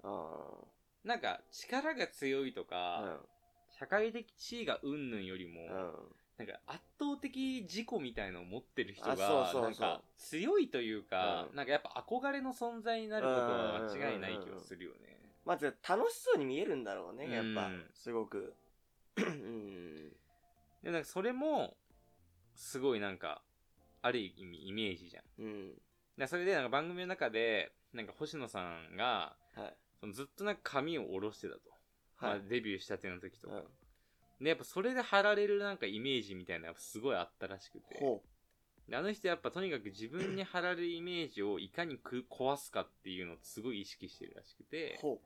Speaker 2: う
Speaker 1: なんか、力が強いとか、
Speaker 2: ん。
Speaker 1: 社会的地位がうんぬんよりも、
Speaker 2: うん。
Speaker 1: なんか圧倒的自己みたいのを持ってる人が、
Speaker 2: あそうそうそう
Speaker 1: なんか強いというか、
Speaker 2: うん
Speaker 1: なんかやっぱ憧れの存在になることは間違いない
Speaker 2: うんうん
Speaker 1: 気
Speaker 2: うんうん
Speaker 1: はするよね。
Speaker 2: まず、楽しそうに見えるんだろうね、やっぱ
Speaker 1: うん。
Speaker 2: すごく。うん。
Speaker 1: でもなんかそれも、すごいなんか、ある意味イメージじゃん。
Speaker 2: うん。
Speaker 1: でそれでなんか番組の中で、なんか星野さんが、
Speaker 2: はい
Speaker 1: そのずっとなんか髪を下ろしてたと。
Speaker 2: は
Speaker 1: まあ、
Speaker 2: い。
Speaker 1: デビューしたての時とか。
Speaker 2: うん
Speaker 1: で、やっぱそれで貼られるなんかイメージみたいなのがすごいあったらしくて。
Speaker 2: ほ
Speaker 1: であの人やっぱとにかく自分に貼られるイメージをいかにく壊すかっていうのをすごい意識してるらしく
Speaker 2: う。
Speaker 1: て。
Speaker 2: ほ
Speaker 1: だか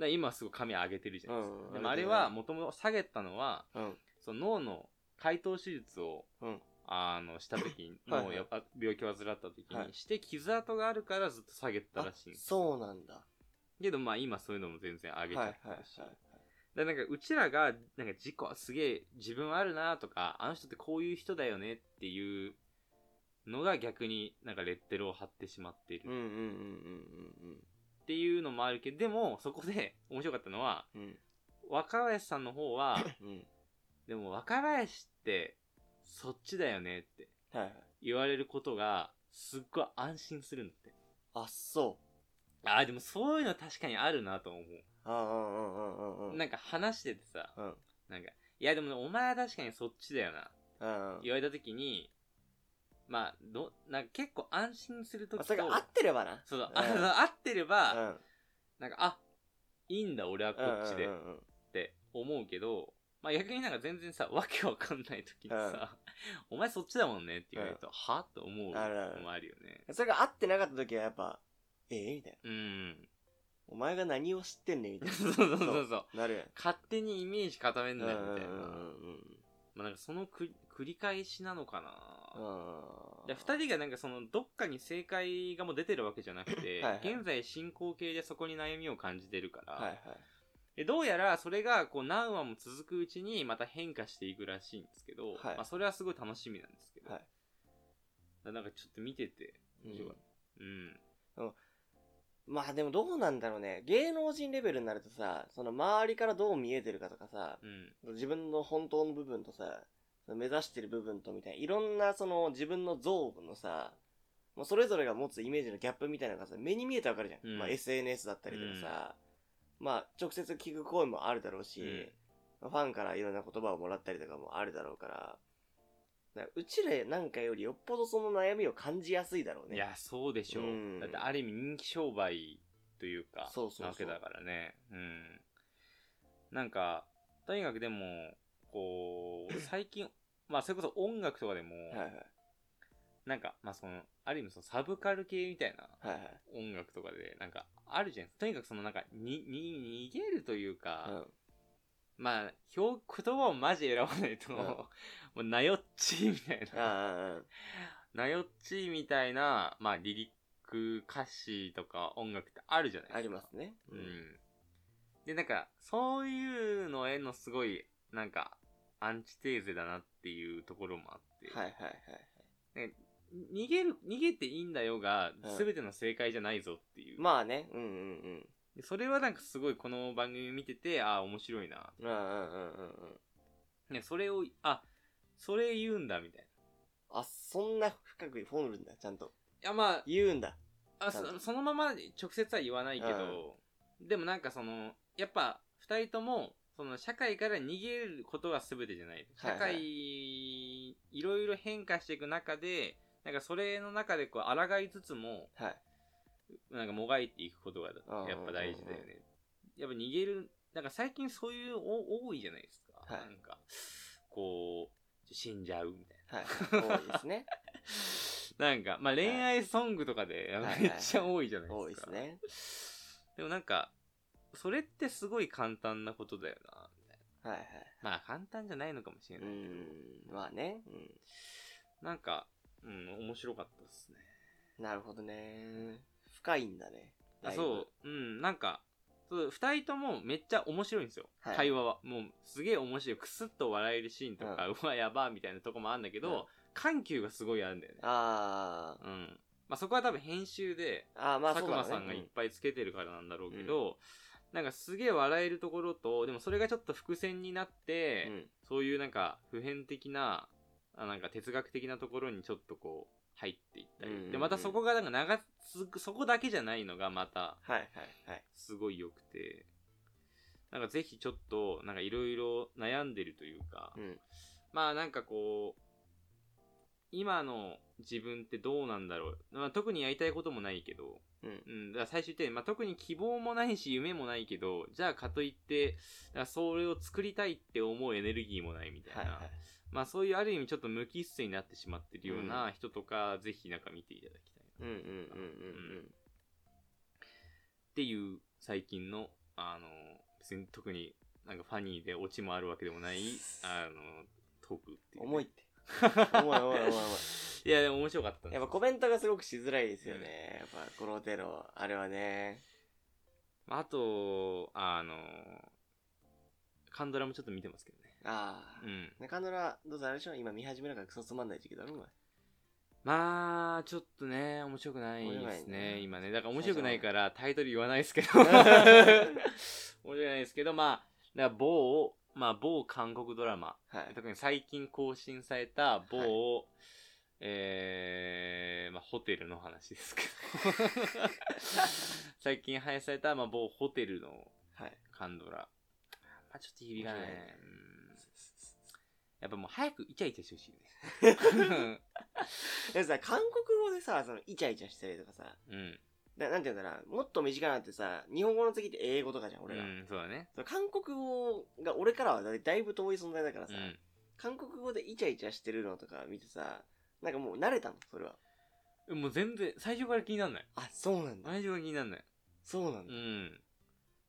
Speaker 1: ら今はすごい髪上げてるじゃないですか。
Speaker 2: うん
Speaker 1: でもあれはもともと下げたのは、
Speaker 2: う。うん。
Speaker 1: その脳の解凍手術を、
Speaker 2: うん
Speaker 1: あの、した時に、
Speaker 2: はいはい
Speaker 1: もうやっぱ病気を患った時
Speaker 2: はい
Speaker 1: にして、傷跡があるからずっと下げてた
Speaker 2: あ
Speaker 1: らしいんですよ
Speaker 2: そうなんだ。
Speaker 1: けどまあ今そういうのも全然上げ
Speaker 2: はい
Speaker 1: ちゃっ
Speaker 2: はい
Speaker 1: てるし。
Speaker 2: はい。
Speaker 1: だからなんかうちらが、なんか自己、すげえ自分あるなとか、あの人ってこういう人だよねっていうのが逆になんかレッテルを貼ってしまっている
Speaker 2: うんうんうんうん
Speaker 1: っていうのもあるけど、でもそこで面白かったのは、
Speaker 2: うんうん。うん。
Speaker 1: 若林さんの方 は、
Speaker 2: うん。
Speaker 1: でも若林ってそっちだよねって
Speaker 2: はいはい。
Speaker 1: 言われることがすっごい安心するんだって。
Speaker 2: あ、そ
Speaker 1: ああ、でもそういうの確かにあるなと思う。
Speaker 2: う。うんうんうんうんうんうん。
Speaker 1: なんか話しててさ、
Speaker 2: うん。うん
Speaker 1: なんか、いやでもお前は確かにそっちだよな。
Speaker 2: うん。
Speaker 1: 言われた時に、まあ、ど、なんか結構安心する時
Speaker 2: あ
Speaker 1: と
Speaker 2: それが合ってればな。
Speaker 1: そうそう、
Speaker 2: ん
Speaker 1: あの合ってれば、
Speaker 2: うん。
Speaker 1: なんか、あ、いいんだ俺はこっちで
Speaker 2: う
Speaker 1: っ
Speaker 2: んうんうん
Speaker 1: て思うけど、まあ逆になんか全然さ、わけわかんない時にさ、 お前そっちだもんねって言われると、はと思う
Speaker 2: あるある
Speaker 1: のもあるよね。
Speaker 2: うんそれが合ってなかった時はやっぱ、ええみたいな。
Speaker 1: うん。
Speaker 2: お前が何を知ってんねんみたい
Speaker 1: そうそうそうそう。
Speaker 2: な。なるやん。
Speaker 1: 勝手にイメージ固めんなよみたいな。
Speaker 2: うんうんうん
Speaker 1: まあなんかそのく繰り返しなのか
Speaker 2: う
Speaker 1: な。
Speaker 2: んうん。
Speaker 1: で二人がなんかそのどっかに正解がもう出てるわけじゃなくて、
Speaker 2: はいはい
Speaker 1: 現在進行形でそこに悩みを感じてるから、
Speaker 2: はいはい。
Speaker 1: でどうやらそれがこう何話も続くうちにまた変化していくらしいんですけど、
Speaker 2: はい
Speaker 1: まあそれはすごい楽しみなんですけど、
Speaker 2: はい
Speaker 1: だなんかちょっと見てて面白かった。うん。
Speaker 2: まあでもどうなんだろうね。芸能人レベルになるとさ、その周りからどう見えてるかとかさ、
Speaker 1: うん。
Speaker 2: 自分の本当の部分とさ、目指してる部分とみたいな、いろんなその自分の像のさ、もうそれぞれが持つイメージのギャップみたいなのがさ、目に見えてわかるじゃん。
Speaker 1: うん
Speaker 2: まあ SNS だったりとかさ、まあ直接聞く声もあるだろうし、ファンからいろんな言葉をもらったりとかもあるだろうから、だからうちらなんかよりよっぽどその悩みを感じやすいだろう
Speaker 1: うん、
Speaker 2: ね。
Speaker 1: いや、そうでしょう。
Speaker 2: うん
Speaker 1: だってある意味人気商売というか、
Speaker 2: そうそうそう
Speaker 1: なわけだからね。うん。なんか、とにかくでも、こう、最近、まあそれこそ音楽とかでも、
Speaker 2: はいはい。
Speaker 1: なんか、まあその、ある意味そのサブカル系みたいな
Speaker 2: はいはい。
Speaker 1: 音楽とかで、なんか、あるじゃないですか。とにかくそのなんか、に、に、逃げるというか、
Speaker 2: うん。
Speaker 1: まあ、表、言葉をマジ選ばないと、
Speaker 2: うん
Speaker 1: もう、なよっちーみたい
Speaker 2: ああ
Speaker 1: な、
Speaker 2: ああ、ああ
Speaker 1: なよっちーみたいな、まあ、リリック、歌詞とか音楽ってあるじゃないですか。
Speaker 2: あります。ね。
Speaker 1: う。ん。で、なんか、そういうのへのすごい、なんか、アンチテーゼだなっていうところもあって、
Speaker 2: はいはいはい。
Speaker 1: 逃げる、逃げていいんだよが
Speaker 2: うん、
Speaker 1: すべての正解じゃないぞっていう。
Speaker 2: まあね。うんうんうん。
Speaker 1: でそれはなんかすごいこの番組見てて、ああ、面白いな。
Speaker 2: うんうんうんうんうん。
Speaker 1: ね、それを、あ、それ言うんだ、みたいな。
Speaker 2: あ、そんな深くフォールんだ、ちゃんと。
Speaker 1: いや、まあ、
Speaker 2: 言うんだ。
Speaker 1: あ
Speaker 2: ちゃんと
Speaker 1: そそのまま直接は言わないけど、でもなんかその、やっぱ、二人とも、その社会から逃げることが全てじゃない。社会、
Speaker 2: はいはい
Speaker 1: いろいろ変化していく中で、なんかそれの中でこう、抗いつつも、
Speaker 2: はい。
Speaker 1: なんかもがいていくことが
Speaker 2: うん、
Speaker 1: やっぱ大事だよね。やっぱ逃げる、なんか最近そういうお多いじゃないですか。
Speaker 2: はい
Speaker 1: なんか、こう、死んじゃうみたいな。
Speaker 2: はい。多いです ね。
Speaker 1: なんか、まあ、恋愛ソングとかで
Speaker 2: はい
Speaker 1: めっちゃ多いじゃないですか。
Speaker 2: 多いですね。
Speaker 1: でもなんか、それってすごい簡単なことだよな、みたい
Speaker 2: はいはい。
Speaker 1: な。まあ、簡単じゃないのかもしれ
Speaker 2: う
Speaker 1: ないけ
Speaker 2: ん。まあね。う
Speaker 1: ど、なんか、うん、面白かったですね。
Speaker 2: ん。なるほどね。深いんだね。だいぶ
Speaker 1: そう、うん、なんか、そう二人ともめっちゃ面白いんですよ。
Speaker 2: はい
Speaker 1: 会話は。もう、すげえ面白い。くすっと笑えるシーンとか、うわ、やば、みたいなとこもあるんだけど、
Speaker 2: うん
Speaker 1: 緩急がすごいあるんだよね。
Speaker 2: あ
Speaker 1: うん。まあ、そこは多分編集で、
Speaker 2: あ。ああ、まあそ
Speaker 1: 佐
Speaker 2: う
Speaker 1: 久
Speaker 2: だね。
Speaker 1: 間さんがいっぱいつけてるからなんだろうけど、なんかすげえ笑えるところと、でもそれがちょっと伏線になって、
Speaker 2: うん。
Speaker 1: そういうなんか普遍的な、あなんか哲学的なところにちょっとこう入っていったり、
Speaker 2: うんうんうん
Speaker 1: で、またそこがなんか長続く、そこだけじゃないのがまた
Speaker 2: はいはいはい。
Speaker 1: すごい良くて、なんかぜひちょっと、なんかいろいろ悩んでるというか、
Speaker 2: うん。
Speaker 1: まあなんかこう、今の自分ってどうなんだろう。まあ、特にやりたいこともないけど、
Speaker 2: うん
Speaker 1: うん、だから最終的に、まあ、特に希望もないし、夢もないけど、じゃあかといって、だからそれを作りたいって思うエネルギーもないみたいな。
Speaker 2: はいはい。
Speaker 1: まあ、そういうある意味ちょっと無機質になってしまってるような人とか、ぜひなんか見ていただきたいな。
Speaker 2: うんうんうん
Speaker 1: っていう最近の、あの、別に特になんかファニーでオチもあるわけでもない、あの、トークってい
Speaker 2: うん。
Speaker 1: う、
Speaker 2: 重い っ。て。重い重い重い重
Speaker 1: いや、でも面白かったん
Speaker 2: い。
Speaker 1: です
Speaker 2: やっぱコメントがすごくしづらいですよね。やっぱこの手の、あれはね。
Speaker 1: まああと、あの、カンドラもちょっと見てますけどね。
Speaker 2: ああ。
Speaker 1: うん。
Speaker 2: 中村、どうぞあれでしょ今見始めるからクソつまんない時期だろ、お前。
Speaker 1: まあ、ちょっとね、面白くないです
Speaker 2: 面白くない
Speaker 1: ね、
Speaker 2: ね
Speaker 1: 今ね。だから面白くないからタイトル言わない ですけど。面白くないですけど、まあ、だから某、まあ、某韓国ドラマ。
Speaker 2: はい。
Speaker 1: 特に最近更新された某、
Speaker 2: はい
Speaker 1: えーまあ、ホテルの話ですけ ど最近配信された、まあ、某ホテルの
Speaker 2: はい。
Speaker 1: カンドラ、まあ、ちょっと響かないね
Speaker 2: 面白いね
Speaker 1: うんやっぱもう早くイチャイチャしてほしい ね、
Speaker 2: でもさ、韓国語でさ、その、イチャイチャしたりとかさ、
Speaker 1: うん
Speaker 2: ななんて言うんだろう、もっと身近なってさ、日本語の次って英語とかじゃん、俺ら。
Speaker 1: うん、そうだね、
Speaker 2: その韓国語が俺からはだだいぶ遠い存在だから
Speaker 1: う
Speaker 2: さ、
Speaker 1: ん、
Speaker 2: 韓国語でイチャイチャしてるのとか見てさ、なんかもう慣れたの、それは。
Speaker 1: えもう全然最初から気になんない
Speaker 2: あ、そうなんだ。
Speaker 1: 最初から気になんない
Speaker 2: そうなん
Speaker 1: う
Speaker 2: だ。
Speaker 1: ん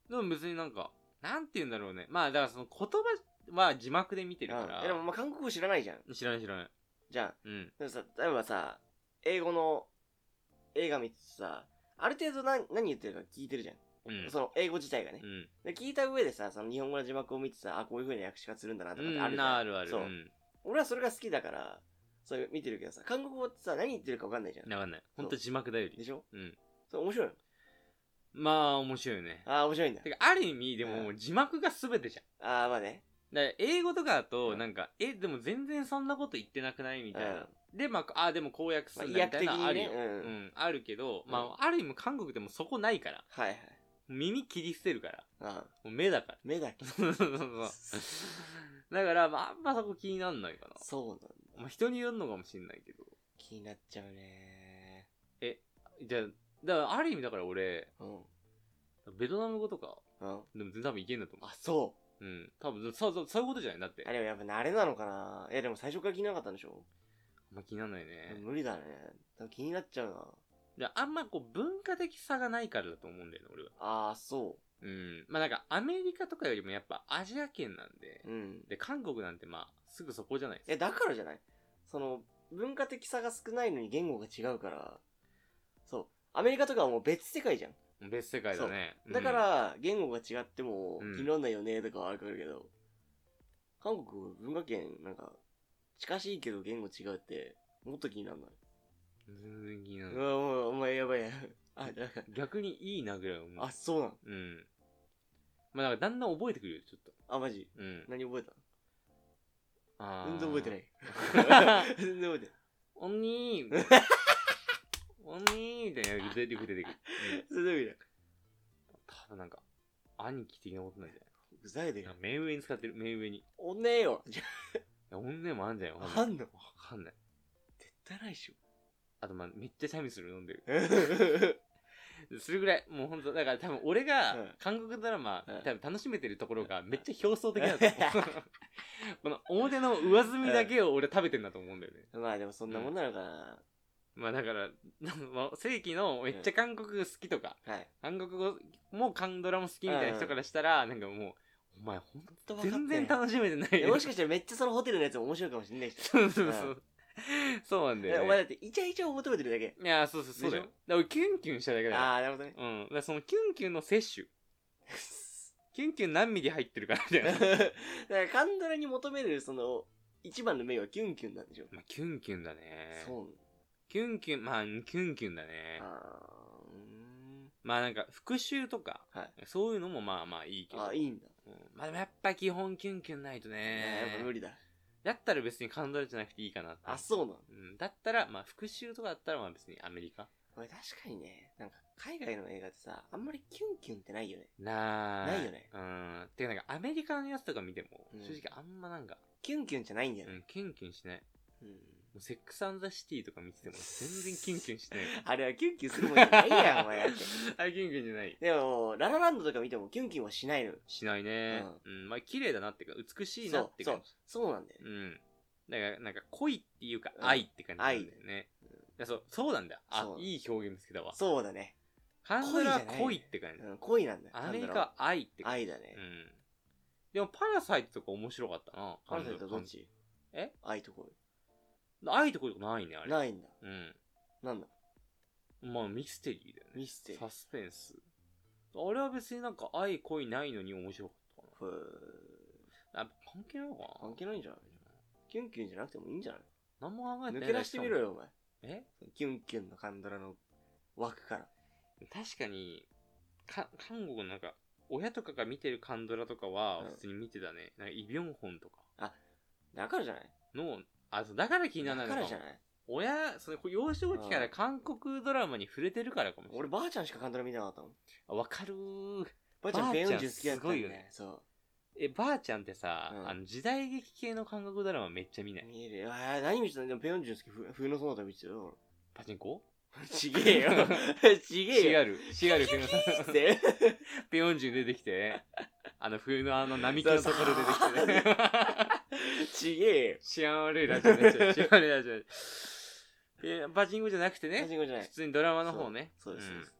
Speaker 1: でも別になんかなんて言うんだろうねまあだからその言葉は字幕で見てるか
Speaker 2: うん
Speaker 1: ら、
Speaker 2: えでもまあ韓国語知らないじゃん。
Speaker 1: 知らない知らない
Speaker 2: じゃん。
Speaker 1: うん
Speaker 2: でもさ、例えばさ、英語の映画見てさ、ある程度何何言ってるか聞いてるじゃん。
Speaker 1: うん
Speaker 2: その英語自体がね
Speaker 1: う。ん
Speaker 2: で聞いた上でさ、その日本語の字幕を見てさ、あ、こういう風に訳し方するんだなとかってあるじゃん。
Speaker 1: あるある
Speaker 2: そうう。
Speaker 1: ん
Speaker 2: 俺はそれが好きだから、そういう見てるけどさ、韓国語ってさ、何言ってるか分かんないじゃん。
Speaker 1: わかんないほんと字幕だよ
Speaker 2: で
Speaker 1: り
Speaker 2: しょ
Speaker 1: うん
Speaker 2: そう、面白いの。
Speaker 1: まあ面白いよね
Speaker 2: ああ、面白いんだ。
Speaker 1: てかある意味でももう字幕が全てじゃん
Speaker 2: ああ、まあね。
Speaker 1: だから英語とかだ
Speaker 2: う
Speaker 1: と
Speaker 2: ん
Speaker 1: なんかえでも全然そんなこと言ってなくないみたいな
Speaker 2: う
Speaker 1: でまああでも公約す
Speaker 2: まあ、
Speaker 1: るん
Speaker 2: 医
Speaker 1: だみ
Speaker 2: 薬
Speaker 1: たいな
Speaker 2: 的
Speaker 1: のあ
Speaker 2: に
Speaker 1: る
Speaker 2: ね
Speaker 1: よ。
Speaker 2: う。
Speaker 1: うんんあるけど
Speaker 2: うん
Speaker 1: まあある意味韓国でもそこないから
Speaker 2: はいはい。
Speaker 1: 耳切り捨てるから
Speaker 2: ああ
Speaker 1: もう目だから
Speaker 2: 目だ け。
Speaker 1: そうそうそ うだからまああんまそこ気になんないかな
Speaker 2: そうなんだ。
Speaker 1: まあ人によるのかもしんないけど
Speaker 2: 気になっちゃうね。
Speaker 1: じゃあだからある意味だから俺
Speaker 2: うん。
Speaker 1: ベトナム語とか
Speaker 2: うん。
Speaker 1: でも多分いけんだと思
Speaker 2: あ、そう。
Speaker 1: う。うん。多分、そうそう、そういうことじゃないだって。
Speaker 2: あれはやっぱ慣れなのかな。いや、でも最初から気にならなかったんでしょ、
Speaker 1: あんま気にならないね。
Speaker 2: 無理だね。多分気になっちゃうな。
Speaker 1: で、あんまこう文化的差がないからだと思うんだよね、俺は。
Speaker 2: ああ、そ
Speaker 1: うん。まあなんかアメリカとかよりもやっぱアジア圏なんで
Speaker 2: う。、うん。
Speaker 1: で、韓国なんてまあ、すぐそこじゃないです
Speaker 2: え、だからじゃないその、文化的差が少ないのに言語が違うから、そう。アメリカとかはもう別世界じゃん。
Speaker 1: か。別世界だね。
Speaker 2: だか
Speaker 1: うん、
Speaker 2: ら、言語が違っても
Speaker 1: うん、
Speaker 2: 気にならないよね、とかはあるけど、韓国文化圏、なんか、近しいけど言語違うって、もっと気にならない。
Speaker 1: 全然気になら
Speaker 2: う
Speaker 1: ない。
Speaker 2: わ、もう、お前やばいや。 あ、だか
Speaker 1: 逆にいいなぐらい思う
Speaker 2: ら、。あ、そうなの
Speaker 1: うん。まあだからだんだん覚えてくるよ、ちょっと。
Speaker 2: あ、マジ。
Speaker 1: うん。
Speaker 2: 何覚えた
Speaker 1: あー。
Speaker 2: 全然覚えてな い全然覚えてない。
Speaker 1: おにーみたい なおにーみたいな、出てくる出てくる。うん
Speaker 2: 全然覚えてない。
Speaker 1: 多分なんか、兄貴的なことなんじゃ
Speaker 2: うざいで
Speaker 1: ない
Speaker 2: よ
Speaker 1: なん。か目上に使ってる、目上に。い
Speaker 2: おんねえよ。じゃ
Speaker 1: や、音でもあんじゃん。
Speaker 2: あ、あんの
Speaker 1: わかんない。
Speaker 2: 絶対ないでしょ。
Speaker 1: あと、まあ、めっちゃチャミスル飲んでる。 それぐらい、もうほんと、だから多分俺が
Speaker 2: うん
Speaker 1: 韓国ドラマ、
Speaker 2: うん
Speaker 1: 多分楽しめてるところがめっちゃ表層的だと思う。 この表の上積みだけを俺食べてんだと思うんだよね。
Speaker 2: まあでもそんなもんなのかな。
Speaker 1: まあだから、まあ正規のめっちゃ韓国好きとか、
Speaker 2: はい。
Speaker 1: 韓国語も韓ドラも好きみたいな人からしたら、なんかもう、お前ほんと
Speaker 2: ほんと分かって
Speaker 1: 全
Speaker 2: ない
Speaker 1: 然楽しめてない
Speaker 2: え
Speaker 1: よ。
Speaker 2: もしかしたらめっちゃそのホテルのやつも面白いかもしれないし。
Speaker 1: そうそうそう。そうなんだ
Speaker 2: え
Speaker 1: よ、
Speaker 2: お前
Speaker 1: ね。
Speaker 2: だってイチャイチャを求めてるだけ。
Speaker 1: いや、そうそう、そうだよ。だ
Speaker 2: でしょ
Speaker 1: から俺キュンキュンしただけだよ。
Speaker 2: ああ、なるほどね。
Speaker 1: うん。だからそのキュンキュンの摂取。キュンキュン何ミリ入ってるかみたい
Speaker 2: だ
Speaker 1: な。
Speaker 2: からカンドラに求めるその一番の名誉はキュンキュンなんでしょ、
Speaker 1: まあ、キュンキュンだね。
Speaker 2: そう
Speaker 1: キュンキュン、まあ、キュンキュンだね
Speaker 2: あ。あーう
Speaker 1: まあなんか、復讐とか、
Speaker 2: はい
Speaker 1: そういうのもまあまあいいけ
Speaker 2: ーん
Speaker 1: ど。
Speaker 2: あいいんだ、
Speaker 1: うんまあでもやっぱ基本キュンキュンないと
Speaker 2: ねやっぱ無
Speaker 1: ね。
Speaker 2: 理だ
Speaker 1: だったら別にカンドラじゃなくていいかなって
Speaker 2: あそうなの
Speaker 1: うん。だったら、まあ復讐とかだったらまあ別にアメリカ。
Speaker 2: 俺確かにねなんか海外の映画ってさあんまりキュンキュンってないよね
Speaker 1: なー
Speaker 2: ないよね
Speaker 1: うん。てかなんかアメリカのやつとか見ても、
Speaker 2: うん
Speaker 1: 正直あんまなんか、
Speaker 2: キュンキュンじゃないんだよ
Speaker 1: う
Speaker 2: ね
Speaker 1: ん、キュンキュンしない。
Speaker 2: うん、
Speaker 1: うセックスアンザシティとか見てても全然キュンキュンしてない。
Speaker 2: あれはキュンキュンす るもんじゃないやん、お前だって。
Speaker 1: あれキュンキュンじゃない。
Speaker 2: でも、ララランドとか見てもキュンキュンはしないのよ。
Speaker 1: しないね。うん。まあ、綺麗だなっていうか、美しいなって感じ。
Speaker 2: そうなんだよね。
Speaker 1: うん。だから、なんか、恋っていうか、
Speaker 2: うん
Speaker 1: 愛って感じなんだよね。いやそう、そうなんだ。あ
Speaker 2: そ、う
Speaker 1: いい表現見つけたわ。
Speaker 2: そうだね。
Speaker 1: ハンドラは
Speaker 2: 恋じゃない
Speaker 1: 恋って感じ。
Speaker 2: うん、恋なんだよ。
Speaker 1: アメリ
Speaker 2: なんだろう
Speaker 1: カ愛って感じ。
Speaker 2: 愛だね
Speaker 1: う。ん。でも、パラサイトとか面白かったな。
Speaker 2: パラサイトどっち
Speaker 1: え
Speaker 2: 愛と恋。
Speaker 1: 愛ってことないね、あれ。
Speaker 2: ないんだ。
Speaker 1: うん。
Speaker 2: なんだ
Speaker 1: まあ、ミステリーだよね。
Speaker 2: ミステリー。
Speaker 1: サスペンス。あれは別になんか愛、恋ないのに面白かったか
Speaker 2: ふー
Speaker 1: な。やっぱ関係ないのかな
Speaker 2: 関係ないんじゃないキュンキュンじゃなくてもいいんじゃ
Speaker 1: 何も考
Speaker 2: な
Speaker 1: え
Speaker 2: い
Speaker 1: てない。
Speaker 2: 抜け出してみろ。よ、お前。
Speaker 1: え
Speaker 2: キュンキュンのカンドラの枠から。
Speaker 1: 確かに、か、韓国のなんか、親とかが見てるカンドラとかは
Speaker 2: うん、
Speaker 1: 普通に見てたね。なんか、イビョンホンとか
Speaker 2: だからじゃない
Speaker 1: の、あ、そうだから気にならない
Speaker 2: だ
Speaker 1: の
Speaker 2: か
Speaker 1: からも
Speaker 2: じゃ。ない
Speaker 1: 親、その、幼少期から韓国ドラマに触れてるからかもしれな
Speaker 2: 俺
Speaker 1: い。
Speaker 2: ばあちゃんしかカンドラ見てなかったもん。
Speaker 1: あわかるー。
Speaker 2: ばあちゃ
Speaker 1: ば
Speaker 2: ん
Speaker 1: あち
Speaker 2: ペ
Speaker 1: ゃん
Speaker 2: ヨンジュ好きだっ
Speaker 1: す
Speaker 2: たん
Speaker 1: ご
Speaker 2: だ
Speaker 1: い
Speaker 2: よ
Speaker 1: よ
Speaker 2: ね
Speaker 1: ね。
Speaker 2: そ
Speaker 1: え、ばあちゃんってさ、
Speaker 2: うん
Speaker 1: あの、時代劇系の韓国ドラマめっちゃ見な
Speaker 2: う。
Speaker 1: い。
Speaker 2: 見えるよ。あー何見てたのでもペヨンジュ好き、ふ冬のソナタ見てたよ。
Speaker 1: パチンコ
Speaker 2: 俺ちげえよ。 ちげえ
Speaker 1: シ
Speaker 2: よ。
Speaker 1: ガル、シガル、ピョンさん。
Speaker 2: って。
Speaker 1: ピョンジュン出てき て、あの、冬のあの、並木のところ出てきてね。
Speaker 2: ちげえよ。
Speaker 1: 治安悪いラジオになっちゃう。治安悪いラジオに。え、パチンコじゃなくて
Speaker 2: パ
Speaker 1: ね、
Speaker 2: チンコじゃな
Speaker 1: 普
Speaker 2: い。
Speaker 1: 通にドラマの方ね。
Speaker 2: そうです、
Speaker 1: ん
Speaker 2: そうです。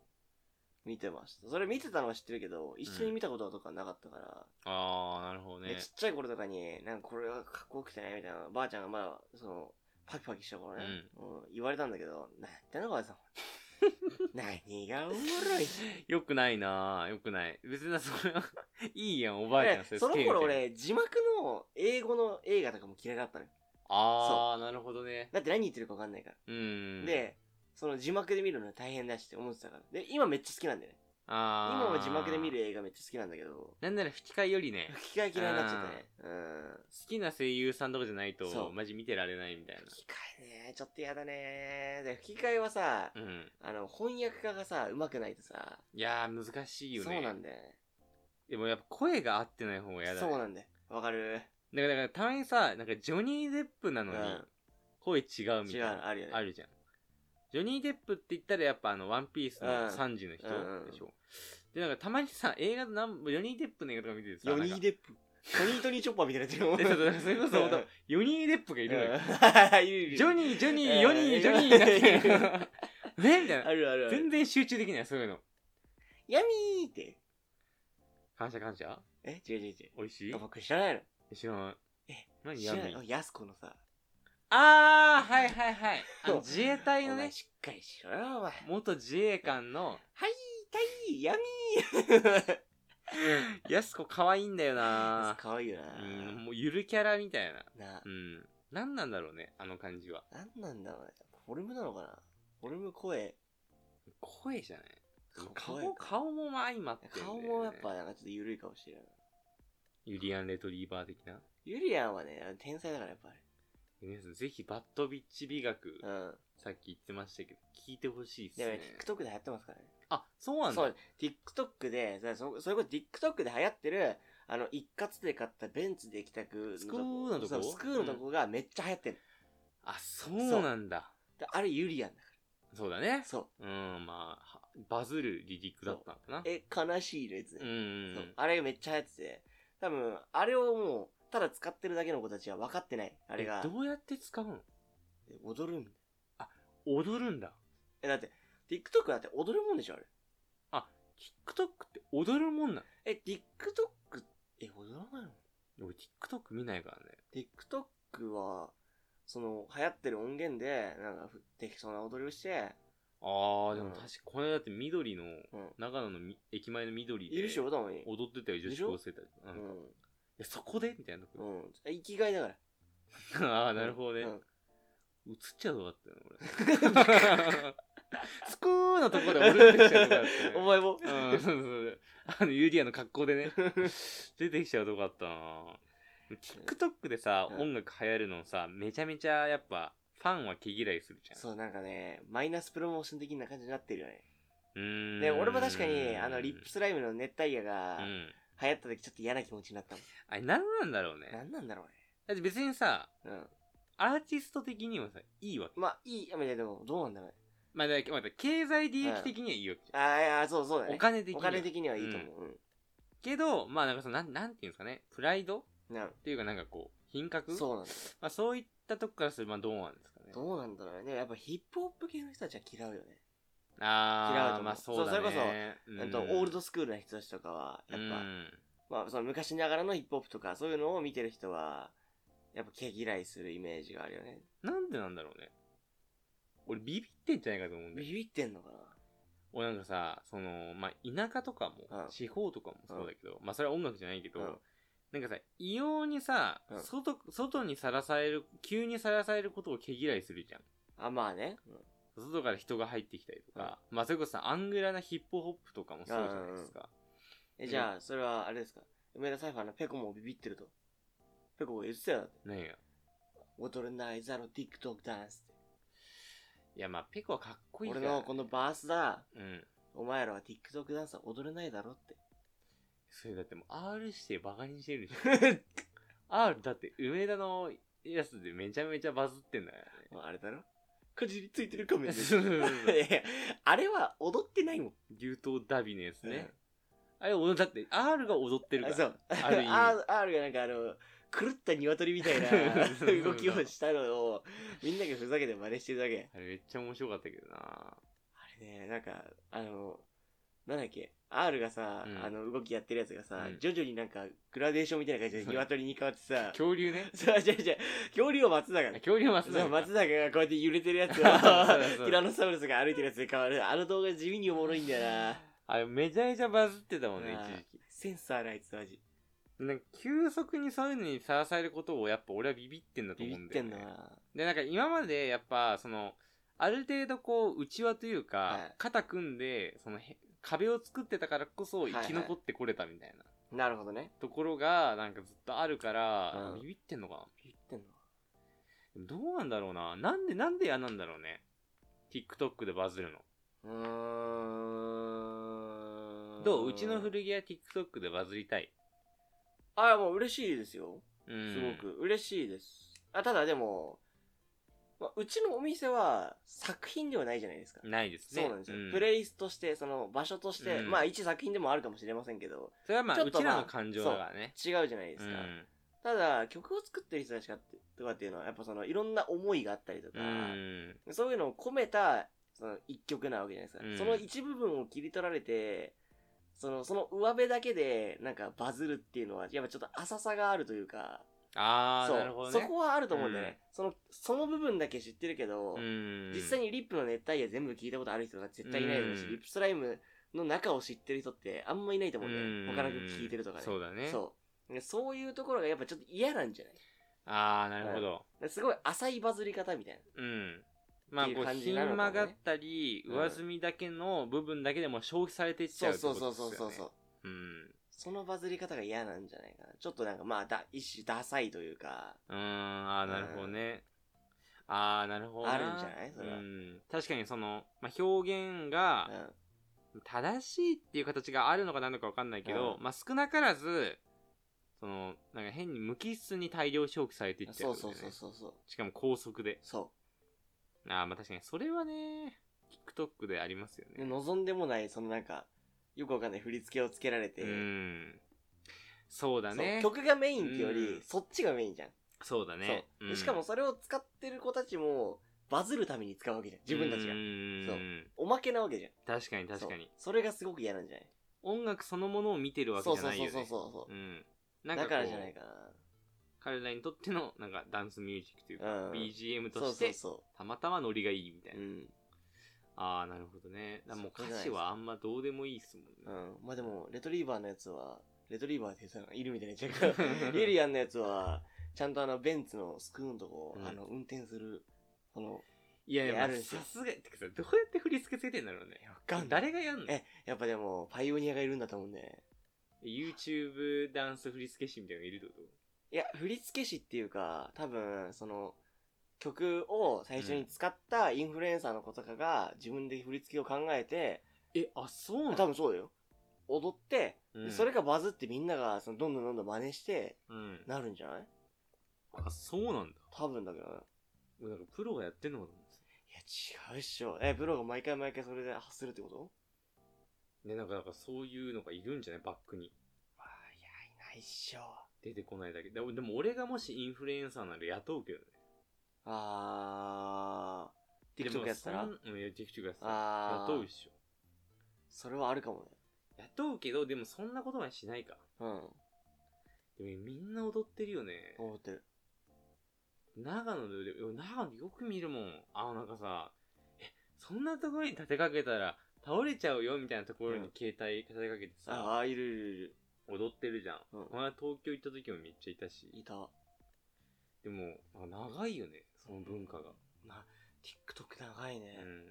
Speaker 2: 見てました。それ見てたのは知ってるけど、一緒に見たこととかなかったから、
Speaker 1: ああ、なるほど
Speaker 2: ね
Speaker 1: ね
Speaker 2: ち。っちゃい頃とかに、なんかこれはかっこよくてね、みたいな、ばあちゃんがまだ、その、パキパキした頃ね、うん言われたんだけど、なんてのば あさん。何がおもろい
Speaker 1: よくないなぁ、よくない。別にそれは、いいやん、おばあちゃん。
Speaker 2: 俺その
Speaker 1: 好きみたい
Speaker 2: 頃
Speaker 1: な。
Speaker 2: 俺、字幕の英語の映画とかも嫌いだったのよ。
Speaker 1: ああ、なるほどね。
Speaker 2: だって何言ってるかわかんないから。
Speaker 1: うん。、
Speaker 2: で、その字幕で見るの大変だしって思ってたから。で、今めっちゃ好きなんだよね。
Speaker 1: ああ。
Speaker 2: 今も字幕で見。る映画めっちゃ好きなんだけど、
Speaker 1: なんなら吹き替えよりね、
Speaker 2: 吹き替え嫌いになっちゃったね。うん。
Speaker 1: 好きな声優さんとかじゃない
Speaker 2: そう
Speaker 1: と、マジ見てられないみたい
Speaker 2: 吹き替えね、ちょっと嫌だね。で、吹き替えはさ、
Speaker 1: な。うん。
Speaker 2: あの、翻訳家がさ、上手くないとさ、
Speaker 1: いやー、難しいよね。
Speaker 2: そうなんだよね。
Speaker 1: でもやっぱ声が合ってない方が嫌だ、ね。
Speaker 2: そう
Speaker 1: だ
Speaker 2: なんだよ。わかる
Speaker 1: から、だからたまにさ、なんかジョニー・デップなのに、
Speaker 2: うん
Speaker 1: 声違うみた
Speaker 2: 違
Speaker 1: いうな。
Speaker 2: のあるよね。
Speaker 1: あるじゃん。ジョニー・デップって言ったらやっぱあの、ワンピース
Speaker 2: うん
Speaker 1: のサンジの人
Speaker 2: うん
Speaker 1: でしょ。で、なんかたまにさ、映画のなん、ジョニー・デップの映画とか見ててさ、
Speaker 2: ヨニ
Speaker 1: な
Speaker 2: ー・
Speaker 1: んか
Speaker 2: デップ。トニー・トニー・チョッパーみたいなやつよ
Speaker 1: えそうそうだからそれこそ本当
Speaker 2: うん
Speaker 1: ヨニー・デップがいるのよ。
Speaker 2: うんいるいる
Speaker 1: ジョニー、ジョニ
Speaker 2: うん
Speaker 1: ー、ヨニー、ジョニーに なって。えみたい
Speaker 2: あ
Speaker 1: な。
Speaker 2: るあるある。
Speaker 1: 全然集中できない、そういうの。
Speaker 2: ヤミーって。
Speaker 1: 感謝感謝
Speaker 2: え違う違う違
Speaker 1: 美味し
Speaker 2: う。
Speaker 1: い
Speaker 2: あ僕知らないの。
Speaker 1: 知らない。
Speaker 2: え
Speaker 1: 何
Speaker 2: 知
Speaker 1: ヤ
Speaker 2: ら
Speaker 1: ミ
Speaker 2: ない
Speaker 1: ー
Speaker 2: あ。ヤスコのさ。
Speaker 1: あー、はいはいはい。あ
Speaker 2: そう
Speaker 1: の自衛隊の
Speaker 2: お前
Speaker 1: ね、
Speaker 2: しっかりしろよ、お前。
Speaker 1: 元自衛官の、
Speaker 2: はい、痛い、ヤミー。
Speaker 1: やすこ可愛いんだよな
Speaker 2: かわいいよ
Speaker 1: うん、
Speaker 2: な。
Speaker 1: もうゆるキャラみたいな。
Speaker 2: な
Speaker 1: う、ん。なんなんだろうね、あの感じは。
Speaker 2: なんなんだろうね。フォルムなのかなフォルム声。
Speaker 1: 声じゃない
Speaker 2: 声
Speaker 1: 顔、
Speaker 2: か
Speaker 1: 顔も相まってんだよ
Speaker 2: 顔
Speaker 1: ね、
Speaker 2: もやっぱなんかちょっと緩いかもしれない。
Speaker 1: ユリアン・レトリーバー的な。
Speaker 2: ユリアンはね、天才だからやっぱり。
Speaker 1: 皆さん、ぜひ、バットビッチ美学、
Speaker 2: うん。
Speaker 1: さっき言ってましたけど、聞いてほしいっす
Speaker 2: でもね
Speaker 1: ね。、
Speaker 2: TikTok で流行ってますからね。
Speaker 1: あ、そうなんだ。
Speaker 2: そう、TikTok で、さそそれこそ TikTok で流行ってる、あの、一括で買ったベンツで帰宅
Speaker 1: スクールのとこ
Speaker 2: そうスクールのとこがめっちゃ流行ってる。
Speaker 1: あ、そうなんだ。
Speaker 2: であれユリアンだか
Speaker 1: そうだ
Speaker 2: ら。
Speaker 1: ね。
Speaker 2: そう。
Speaker 1: うん、まあ、はバズる離陸だったのかな。
Speaker 2: え、悲しいのやつね
Speaker 1: うん。うんう。
Speaker 2: そうんあれがめっちゃ流行ってて。多分、あれをもう、ただ使ってるだけの子たちは分かってない。あれ
Speaker 1: え
Speaker 2: が。
Speaker 1: どうやって使うの
Speaker 2: 踊るんだ。
Speaker 1: 踊るんだ。
Speaker 2: え、だって、TikTok だって踊るもんでしょ、あれ。
Speaker 1: TikTok って踊るもんな
Speaker 2: え、TikTok、え、踊らないの
Speaker 1: の俺 TikTok 見ないからね。
Speaker 2: TikTok は、その、流行ってる音源で、なんか、ふ適当な踊りをして、
Speaker 1: ああ、で
Speaker 2: うん
Speaker 1: も確か、この間だって緑の、
Speaker 2: うん。
Speaker 1: 長野のみ駅前の緑で
Speaker 2: いるでしょ、たまに。
Speaker 1: 踊ってたよ、女
Speaker 2: で
Speaker 1: 子
Speaker 2: しょ
Speaker 1: 高生たち。う。
Speaker 2: うん
Speaker 1: い
Speaker 2: ん。
Speaker 1: やそこでみたいなと
Speaker 2: う
Speaker 1: こ。
Speaker 2: ん。生きがいだから。
Speaker 1: ああ、なるほどね。
Speaker 2: う
Speaker 1: 映
Speaker 2: ん
Speaker 1: っちゃうとこだったよ、 俺。スクーのとこで俺出てきちゃうとこだっ
Speaker 2: お
Speaker 1: たね。
Speaker 2: 前も。
Speaker 1: うん、そうそうそう。あの、ユリアの格好 でね、出てきちゃうとこだったな TikTok でさ、
Speaker 2: うん
Speaker 1: 音楽流行るのさ、めちゃめちゃやっぱ、ファンは毛嫌いするじゃん。
Speaker 2: そう、なんかね、マイナスプロモーション的な感じになってるよね。
Speaker 1: うーん
Speaker 2: で、俺も確かに、あの、リップスライムの熱帯夜
Speaker 1: う
Speaker 2: が、
Speaker 1: ん。
Speaker 2: 流行った時ちょっと嫌な気持ちになったもん。
Speaker 1: あれ、なんなんだろうね。
Speaker 2: なんなんだろ
Speaker 1: だって別にさ、
Speaker 2: うね。うん。
Speaker 1: アーティスト的にはさ、いいわけ。
Speaker 2: まあ、いい、いやいやでも、どうなんだろうね。
Speaker 1: まあ、だからまあ経済利益的にはいいわけじゃん。
Speaker 2: ああ、いや、そうそうだね。
Speaker 1: お金的に
Speaker 2: お
Speaker 1: は。
Speaker 2: 金的にはいいと思う。
Speaker 1: けど、まあ、なんかその、なん、なんていうんですかね、プライドっ
Speaker 2: うん。なる
Speaker 1: ていうかなんかこう、品格
Speaker 2: そうなんだよ。
Speaker 1: まあ、そういったとこからすると、まあ、どうなんですかね。
Speaker 2: どうなんだろうね。でもやっぱヒップホップ系の人たちは嫌うよね。嫌うと
Speaker 1: あ
Speaker 2: 思
Speaker 1: あ、
Speaker 2: う
Speaker 1: まあそうだね。
Speaker 2: そうそ
Speaker 1: うん
Speaker 2: えっと、オールドスクールな人たちとかは、やっぱ、
Speaker 1: うん
Speaker 2: まあ、その昔ながらのヒップホップとか、そういうのを見てる人は、やっぱ毛嫌いするイメージがあるよね。
Speaker 1: なんでなんだろうね。俺ビビってんじゃないかと思うんだよ。
Speaker 2: ビビってんのかな
Speaker 1: 俺なんかさ、その、まあ、田舎とか
Speaker 2: う
Speaker 1: も
Speaker 2: ん、
Speaker 1: 地方とかもそうだけど、まあ、それは音楽じゃないけど
Speaker 2: うん、
Speaker 1: なんかさ、異様にさ
Speaker 2: うん、
Speaker 1: 外、外にさらされる、急にさらされることを毛嫌いするじゃん。
Speaker 2: あ、まあね。
Speaker 1: 外から人が入ってきたりとか、まあ、それこそさ、アングラなヒップホップとかもそうじゃないですか。
Speaker 2: え、じゃあ、それは、あれですか。梅田サイファーのペコもビビってると。ペコが言ってたよ。
Speaker 1: 何が
Speaker 2: 踊れないザの TikTok ダンスって。
Speaker 1: いや、まあ、ペコはかっこいいか
Speaker 2: 俺
Speaker 1: ら。
Speaker 2: のこのバースだ。
Speaker 1: うん。
Speaker 2: お前らは TikTok ダンスは踊れないだろって。
Speaker 1: それだってもう R してバカにしてるじゃ ん。R だって梅田のやつでめちゃめちゃバズってんだよ
Speaker 2: もうあれだろかじりついてるかも
Speaker 1: ね。
Speaker 2: し
Speaker 1: そうそうそう
Speaker 2: れない。あれは踊ってないもん。
Speaker 1: 牛刀ダビのやつね。あれ、おだって R が踊ってるか
Speaker 2: あ
Speaker 1: ら。
Speaker 2: そう。
Speaker 1: ある意味
Speaker 2: R, R がなんかあの、狂った鶏み たいな動きをしたのを、みんながふざけて真似してるだけ。
Speaker 1: あれめっちゃ面白かったけどな
Speaker 2: あれね、なんか、あの、なんだっけ、R がさ、
Speaker 1: うん
Speaker 2: あの動きやってるやつがさ、
Speaker 1: うん
Speaker 2: 徐々になんかグラデーションみたいな感じで
Speaker 1: そう
Speaker 2: 鶏に変わっ てさ、
Speaker 1: 恐竜ね。
Speaker 2: そう、違う違う、恐竜を松坂
Speaker 1: あ恐竜は松
Speaker 2: そう
Speaker 1: 坂。
Speaker 2: 松坂がこうやって揺れてるや つ
Speaker 1: そうそうそ
Speaker 2: を
Speaker 1: う
Speaker 2: ティラノサウルスが歩いてるやつで変わるあの動画地味におもろいんだよな
Speaker 1: あれめちゃめちゃバズってたもんね、
Speaker 2: あー
Speaker 1: 一時期。
Speaker 2: センスあるあいつマジ
Speaker 1: なんか急速にそういうのにさらされることをやっぱ俺はビビってんだと
Speaker 2: ビ
Speaker 1: 思う
Speaker 2: ビっ
Speaker 1: んだ
Speaker 2: て
Speaker 1: よ、
Speaker 2: ん
Speaker 1: ね。
Speaker 2: だな、
Speaker 1: で、なんか今までやっぱ、その、ある程度こう、内輪というか、
Speaker 2: はい
Speaker 1: 肩組んで、そのへ、壁を作ってたからこそ
Speaker 2: いはい
Speaker 1: 生き残ってこれたみたいな
Speaker 2: なるほどね
Speaker 1: ところが、なんかずっとあるから、
Speaker 2: うん
Speaker 1: ビビってんのかな
Speaker 2: ビビってんの
Speaker 1: でもどうなんだろうな。なんで、なんで嫌なんだろうね。TikTok でバズるの。
Speaker 2: うーん
Speaker 1: どううちの古着屋 TikTok でバズりたい。
Speaker 2: あもう嬉しいですよ
Speaker 1: うん。
Speaker 2: すご。く嬉しいです、あただでも、まあ、うちのお店は作品ではないじゃないですか
Speaker 1: ないですね。
Speaker 2: そうなんですよ、
Speaker 1: ん
Speaker 2: プレイリストとしてその場所として、
Speaker 1: うん
Speaker 2: まあ一作品でもあるかもしれませんけど
Speaker 1: それはまあ、
Speaker 2: ちょっ
Speaker 1: う
Speaker 2: と
Speaker 1: ち
Speaker 2: まあ
Speaker 1: らの感情だからね。
Speaker 2: 違うじゃないですか、
Speaker 1: うん
Speaker 2: ただ曲を作ってる人たちがってとかっていうのはやっぱそのいろんな思いがあったりとか
Speaker 1: う、ん。
Speaker 2: そういうのを込めたその一曲なわけじゃないですか、
Speaker 1: うん
Speaker 2: その一部分を切り取られてそのその上辺だけでなんかバズるっていうのはやっぱちょっと浅さがあるというか
Speaker 1: あー、
Speaker 2: そう
Speaker 1: なるほどね。
Speaker 2: そこはあると思うんだよね、そのその部分だけ知ってるけど、
Speaker 1: うん。
Speaker 2: 実際にリップの熱帯夜全部聞いたことある人が絶対いないだろうし、
Speaker 1: うん
Speaker 2: リップストライムの中を知ってる人ってあんまいないと思うんだよね、
Speaker 1: うん
Speaker 2: 他の曲聞いてるとかね
Speaker 1: そうだね。
Speaker 2: そうでそういうところがやっぱちょっと嫌なんじゃない
Speaker 1: ああ、なるほど。
Speaker 2: すごい浅いバズり方みたい
Speaker 1: うん。まあ、
Speaker 2: ってい
Speaker 1: こ
Speaker 2: う
Speaker 1: う、
Speaker 2: 感
Speaker 1: ひ
Speaker 2: じなのか
Speaker 1: ん
Speaker 2: ね
Speaker 1: 曲がったり、
Speaker 2: うん
Speaker 1: 上積みだけの部分だけでも消費されていっちゃ
Speaker 2: な。
Speaker 1: うってこ
Speaker 2: そ
Speaker 1: と
Speaker 2: う
Speaker 1: です
Speaker 2: そ
Speaker 1: よ、
Speaker 2: う
Speaker 1: ね。
Speaker 2: そうそうそう。
Speaker 1: う。
Speaker 2: そのバズり方が嫌なんじゃないかな。ちょっとなんかまあだ、一種ダサいというか、
Speaker 1: ん。うーん、ああ、なるほどね。ああ、なるほど
Speaker 2: あるんじゃないそれは
Speaker 1: うん。確かにその、まあ、表現が正しいっていう形があるのかなのかわかんないけど、
Speaker 2: う
Speaker 1: まあ、少なからず、その、なんか変に無機質に大量消費されていうっ
Speaker 2: ん。
Speaker 1: ちゃう
Speaker 2: そ
Speaker 1: ん
Speaker 2: う
Speaker 1: だよ
Speaker 2: そ
Speaker 1: ね。
Speaker 2: うそうそうそう。
Speaker 1: しかも高速で。
Speaker 2: そ
Speaker 1: ああ、まあ確かにそれはね、TikTok でありますよ
Speaker 2: う。で
Speaker 1: ね。
Speaker 2: 望んでもない、そのなんか、よくわかんない振り付けをつけられて、
Speaker 1: うん。そうだ
Speaker 2: そう
Speaker 1: ね。
Speaker 2: 曲がメインってより、
Speaker 1: うん
Speaker 2: そっちがメインじゃん。
Speaker 1: そうだね。
Speaker 2: そう
Speaker 1: う
Speaker 2: で
Speaker 1: ん
Speaker 2: しかもそれを使ってる子たちも、バズるために使うわけじゃん。自分たちが
Speaker 1: う。ん
Speaker 2: おまけなわけじゃん。
Speaker 1: 確かに確かに
Speaker 2: そう。それがすごく嫌なんじゃない
Speaker 1: 音楽そのものを見てるわけ
Speaker 2: そう
Speaker 1: じゃ
Speaker 2: そう
Speaker 1: ない
Speaker 2: そ
Speaker 1: よ
Speaker 2: う
Speaker 1: ね。
Speaker 2: そうそう。
Speaker 1: うん。なんか
Speaker 2: だ
Speaker 1: こう
Speaker 2: からじゃないか
Speaker 1: 彼らにとってのなんかダンスミュージックというか、
Speaker 2: な。うん。
Speaker 1: BGM
Speaker 2: そ
Speaker 1: と
Speaker 2: う
Speaker 1: し
Speaker 2: そう
Speaker 1: て
Speaker 2: そ。
Speaker 1: たまたまノリがいいみたいう
Speaker 2: う
Speaker 1: な。
Speaker 2: ん。
Speaker 1: ああ、なるほどね。だからもう
Speaker 2: それじ
Speaker 1: 歌
Speaker 2: ゃない
Speaker 1: 詞はあんまどうでもいいっすもん
Speaker 2: う
Speaker 1: ね。
Speaker 2: ん。まあでも、レトリーバーのやつは、レトリーバーって言ったら、イルみたいに言っちゃうけ ど、イリアンのやつは、ちゃんとあの、ベンツのスクーンとこを、
Speaker 1: うん
Speaker 2: あの、運転する、この、
Speaker 1: いやいや、ま
Speaker 2: あ
Speaker 1: あ
Speaker 2: るんです
Speaker 1: さ
Speaker 2: よ
Speaker 1: すが、てかさ、どうやって振り付けつけてんだろうね。
Speaker 2: わかんない
Speaker 1: 誰がやんの
Speaker 2: えやっぱでも、パイオニアがいるんだと思うんだよね。
Speaker 1: ?YouTube ダンス振り付け師みたいなのいるってこと
Speaker 2: いや、振付師っていうか、多分、その、曲を最初に使ったインフルエンサーの子とかが、自分で振り付けを考えて、
Speaker 1: え、あ、そうなの
Speaker 2: 多分そうだよ。踊って、
Speaker 1: うん
Speaker 2: それがバズってみんなが、その、どんどんどんどん真似して、
Speaker 1: うん。
Speaker 2: なるんじゃない
Speaker 1: あ、そうなんだ。
Speaker 2: 多分だけどな。
Speaker 1: もうなんかプロがやってんのかと思うんです
Speaker 2: いや、違うっしょ。え、プロが毎回毎回それで発するってこと
Speaker 1: よね、なんか、なんかそういうのがいるんじゃないバックに。
Speaker 2: まあ、いや、いないっしょ。
Speaker 1: 出てこないだけ。でも、でも俺がもしインフルエンサーなら雇うけどね。
Speaker 2: あー。
Speaker 1: でも
Speaker 2: TikTok やってたら
Speaker 1: そんうん、いや、TikTok やってたら
Speaker 2: あー
Speaker 1: 雇うっしょ。
Speaker 2: それはあるかもね。
Speaker 1: 雇うけど、でもそんなことはしないか。
Speaker 2: うん。
Speaker 1: でもみんな踊ってるよね。
Speaker 2: 思ってる。
Speaker 1: 長野で、長野よく見るもん。あ、なんかさ、え、そんなところに立てかけたら倒れちゃうよみたいなところ
Speaker 2: う
Speaker 1: に
Speaker 2: ん
Speaker 1: 携帯立てかけてさ、
Speaker 2: あー、いるいるいる。
Speaker 1: 踊ってるじゃん。
Speaker 2: うん
Speaker 1: この前東京行った時もめっちゃいたし。
Speaker 2: いた。
Speaker 1: でも、なんか長いよね、その文化が。
Speaker 2: な、TikTok 長いうね。
Speaker 1: ん。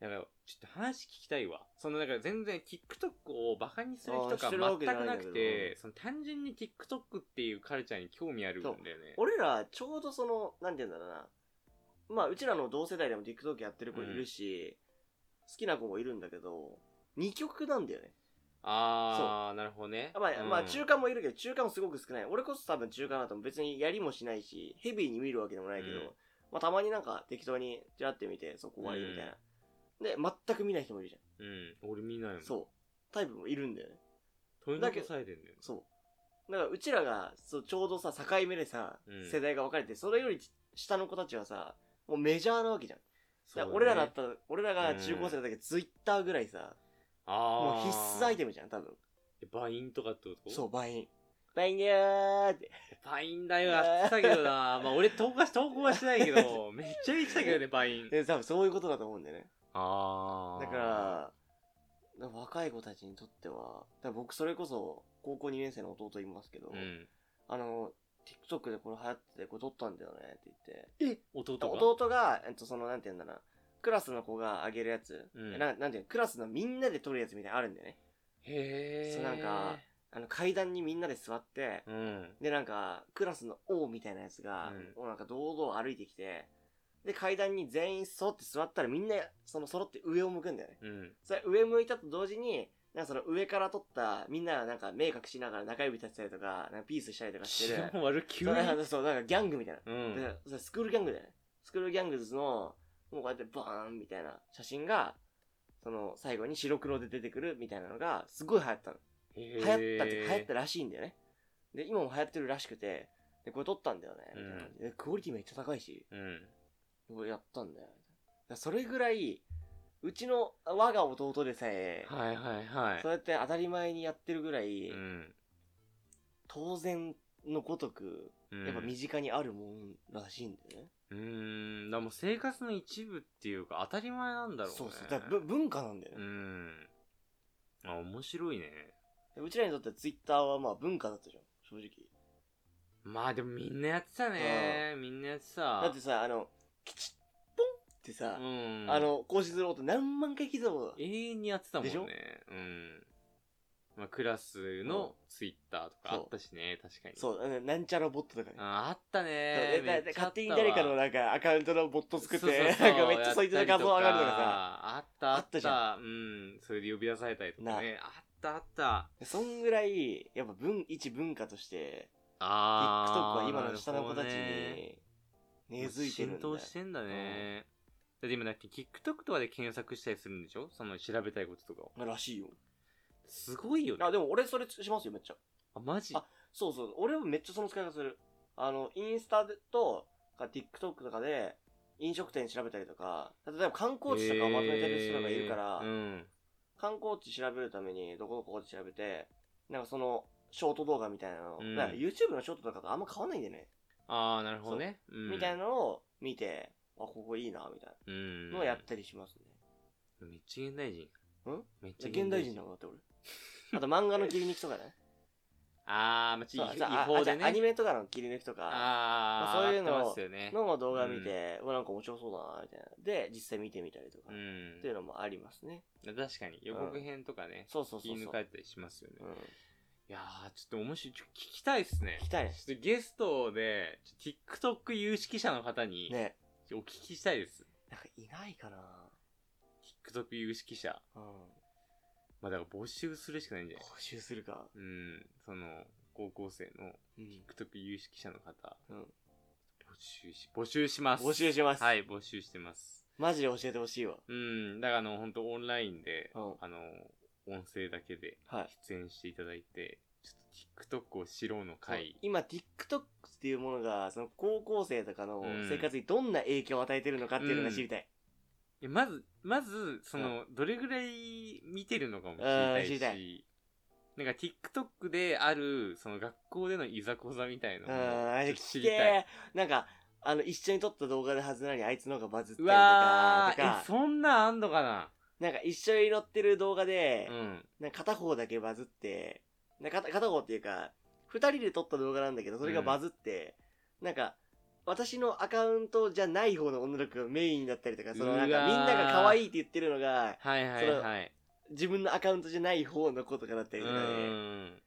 Speaker 1: だから、ちょっと話聞きたいわ。その、だから全然 TikTok をバカにする人
Speaker 2: あーしてる
Speaker 1: が
Speaker 2: わ
Speaker 1: 全
Speaker 2: けじゃな
Speaker 1: く
Speaker 2: いんだ
Speaker 1: な
Speaker 2: けど
Speaker 1: くて、その単純に TikTok っていうカルチャーに興味あるんだよね。
Speaker 2: 俺ら、ちょうどその、なんて言うんだろうな。まあ、うちらの同世代でも TikTok やってる子いるし、好きな子もいるんだけど、二曲なんだよね。
Speaker 1: あー、なるほどね。
Speaker 2: まあ、
Speaker 1: うん
Speaker 2: まあ中間もいるけど、中間もすごく少ない。俺こそ多分中間だと別にやりもしないし、ヘビーに見るわけでもないけど、
Speaker 1: うん
Speaker 2: まあたまになんか適当にじゃってみて、そこ終わりみたいな。で、全く見ない人もいるじ
Speaker 1: うん、俺見ないも
Speaker 2: ゃ
Speaker 1: ん。
Speaker 2: ん。そう。タイプもいるんだよね。
Speaker 1: 問い残されてんだよね。
Speaker 2: そう。だからうちらがそうちょうどさ、境目でさ、
Speaker 1: うん
Speaker 2: 世代が分かれて、それより下の子たちはさ、もうメジャーなわけじゃん。
Speaker 1: そ
Speaker 2: だ
Speaker 1: うね
Speaker 2: から俺らだったら、俺らが中高生の時、ツイッターぐらいさ、も
Speaker 1: あ
Speaker 2: う
Speaker 1: あ。
Speaker 2: 必須アイテムじゃん、多分。
Speaker 1: バインとかってこと
Speaker 2: そう、バイン。バインやーって。
Speaker 1: バインだよ、やってたけど な。まあ俺投稿し、投稿はしないけど、めっちゃ見てたけどね、バイン。
Speaker 2: で多分そういうことだと思うんだよね。
Speaker 1: ああ。
Speaker 2: だから、だから若い子たちにとっては、だから僕それこそ高校2年生の弟いますけど、
Speaker 1: うん。
Speaker 2: あの、TikTok でこれ流行ってて、これ撮ったんだよねって言って、
Speaker 1: え弟が
Speaker 2: 弟が、えっと、その、なんて言うんだな、クラスの子があげるやつ、
Speaker 1: うん
Speaker 2: ななんていうの、クラスのみんなで撮るやつみたいなのあるんだよね。
Speaker 1: へえ。
Speaker 2: そうなんか、あの、階段にみんなで座って、
Speaker 1: うん。
Speaker 2: で、なんか、クラスの王みたいなやつが、もうなんか堂々歩いてきて、で、階段に全員沿って座ったらみんな、その、揃って上を向くんだよね。
Speaker 1: うん。
Speaker 2: それ上向いたと同時に、なんかその上から撮った、みんながなんか目隠しながら中指立てたりとか、なんかピースしたりとかしてる。
Speaker 1: 気持悪い、 急
Speaker 2: そ
Speaker 1: に
Speaker 2: う。なんかそう、なんかギャングみたいな。
Speaker 1: うん。
Speaker 2: でそれスクールギャングだよね。スクールギャングズの、もうこうやってバーンみたいな写真が、その最後に白黒で出てくるみたいなのが、すごい流行ったの。
Speaker 1: 流
Speaker 2: 流行ったっていうか流行ったらしいんだよね。で、今も流行ってるらしくて、で、これ撮ったんだよね。みたいな感じでクオリティめっちゃ高いし、
Speaker 1: うん。
Speaker 2: これやったんだよ。だからそれぐらい、うちの我が弟でさえ、
Speaker 1: はいはいはい。
Speaker 2: そうやって当たり前にやってるぐらい、
Speaker 1: うん。
Speaker 2: 当然のごとく、
Speaker 1: うん
Speaker 2: やっぱ身近にあるもんらしいんだよね。
Speaker 1: うーん。だからもう生活の一部っていうか、当たり前なんだろうね。
Speaker 2: そうそう。だからぶ文化なんだよ
Speaker 1: う
Speaker 2: ね、
Speaker 1: ん。あ、面白いね。
Speaker 2: うちらにとってはツイッターはまあ文化だったじゃん、正直。
Speaker 1: まあでもみんなやってたね。みんなやってた。
Speaker 2: だってさ、あの、キチッポンってさ、
Speaker 1: うん。
Speaker 2: あ、の、更新する音何万回聞いたことだ。
Speaker 1: 永遠にやってたもんね。
Speaker 2: でしょ
Speaker 1: うん。まあクラスのツイッターとかあったしね、確かに。う。
Speaker 2: そう、あのなんちゃらボットとかね。
Speaker 1: ああったね
Speaker 2: でだだ勝手に誰かのなんかアカウントのボット作って、 なんかめっちゃそいつの画像上がるとかさ。
Speaker 1: あったあった
Speaker 2: あったじゃ
Speaker 1: んうんそれで呼び出されたりとかねあったあった
Speaker 2: そんぐらい、やっぱ文、一文化として、TikTok
Speaker 1: あ
Speaker 2: は
Speaker 1: ー
Speaker 2: 今の下の子た
Speaker 1: な
Speaker 2: ち
Speaker 1: るほどね
Speaker 2: に根付いてるんだ
Speaker 1: 浸透してんだね、だって今だって TikTok とかで検索したりするんでしょその調べたいこととかを
Speaker 2: らしいよ。
Speaker 1: すごいよね
Speaker 2: あ、でも俺それしますよ、めっちゃ。
Speaker 1: あマジ
Speaker 2: あそうそう。俺もめっちゃその使い方する。あの、インスタでと、か TikTok とかで、飲食店調べたりとか、例えば観光地とかをまとめてる人がいるから、
Speaker 1: えーうん
Speaker 2: 観光地調べるために、どこどこって調べて、なんかその、ショート動画みたいなの、
Speaker 1: うん
Speaker 2: だから YouTube のショートとかとあんま変わんないんだよね。
Speaker 1: ああなるほどね、うん、
Speaker 2: みたいなのを見て、あ、ここいいな、みたいなのをやったりしますね。
Speaker 1: うんめっちゃ現代人
Speaker 2: ん
Speaker 1: めっ
Speaker 2: じ
Speaker 1: ち
Speaker 2: ゃ
Speaker 1: ゃ
Speaker 2: 現代人だもんだって俺。 あと漫画の切り抜きとか ね。
Speaker 1: ああまあち
Speaker 2: そ
Speaker 1: ょ
Speaker 2: う
Speaker 1: っと違
Speaker 2: さあ
Speaker 1: 法で
Speaker 2: あじゃあアニ
Speaker 1: ね
Speaker 2: メとかの切り抜きとか
Speaker 1: ああ
Speaker 2: まあそういうのを
Speaker 1: やってますよね
Speaker 2: の動画見て、うわなんか面白そうだな、みたいな。で、実際見てみたりとか、
Speaker 1: う
Speaker 2: っ
Speaker 1: ん
Speaker 2: ていうのもありますね。
Speaker 1: 確かに予告編とかね、
Speaker 2: そうそう
Speaker 1: 切
Speaker 2: そう
Speaker 1: り
Speaker 2: そ
Speaker 1: 抜
Speaker 2: う。
Speaker 1: かれたりしますよね、
Speaker 2: うん、
Speaker 1: いやーちょっと面白いちょっと聞きたいっすね
Speaker 2: 聞きたいね。
Speaker 1: ちょっとゲストでちょ TikTok 有識者の方に
Speaker 2: ね。
Speaker 1: お聞きしたいです、
Speaker 2: なんかいないかな
Speaker 1: TikTok 有識者
Speaker 2: うん。
Speaker 1: まあだから募集するしかないんじゃない
Speaker 2: 募集するか。
Speaker 1: うんその高校生の
Speaker 2: うん。
Speaker 1: TikTok 有識者の方、
Speaker 2: うん
Speaker 1: 募集し、募集します。
Speaker 2: 募集します
Speaker 1: はい、募集してます。
Speaker 2: マジで教えてほしいわ。
Speaker 1: うん、だからあの、本当オンラインで、
Speaker 2: うん
Speaker 1: あの、音声だけで
Speaker 2: はい。
Speaker 1: 出演していただいて、ちょっと TikTok を知ろうの回。
Speaker 2: 今 TikTok っていうものがその高校生とかの
Speaker 1: うん
Speaker 2: 生活にどんな影響を与えてるのかっていうのが知りたい、
Speaker 1: えまず、まず、その、どれぐらい見てるのかも知りたい
Speaker 2: うん知
Speaker 1: し、
Speaker 2: りた
Speaker 1: なんか TikTok である、その学校でのいざこざみたいな
Speaker 2: うん
Speaker 1: のも
Speaker 2: あ
Speaker 1: ちょ
Speaker 2: れ
Speaker 1: っと
Speaker 2: 聞
Speaker 1: 知りたい。
Speaker 2: けーなんかあの一緒に撮った動画ではずなのにあいつの方がバズった
Speaker 1: う
Speaker 2: りとか
Speaker 1: わ
Speaker 2: と
Speaker 1: ー、え
Speaker 2: か
Speaker 1: そんなんあんのかな
Speaker 2: なんか一緒に乗ってる動画で、
Speaker 1: うん。
Speaker 2: なんか片方だけバズってなんか片片方っていうか二人で撮った動画なんだけどそれがバズって、なんか私のアカウントじゃない方の女の子がメインだったりとかそのなん
Speaker 1: う
Speaker 2: か
Speaker 1: わー
Speaker 2: みんなが可愛いって言ってるのが
Speaker 1: はいはいはい。
Speaker 2: 自分のアカウントじゃない方の子とかだった
Speaker 1: う
Speaker 2: りとかで、
Speaker 1: ん。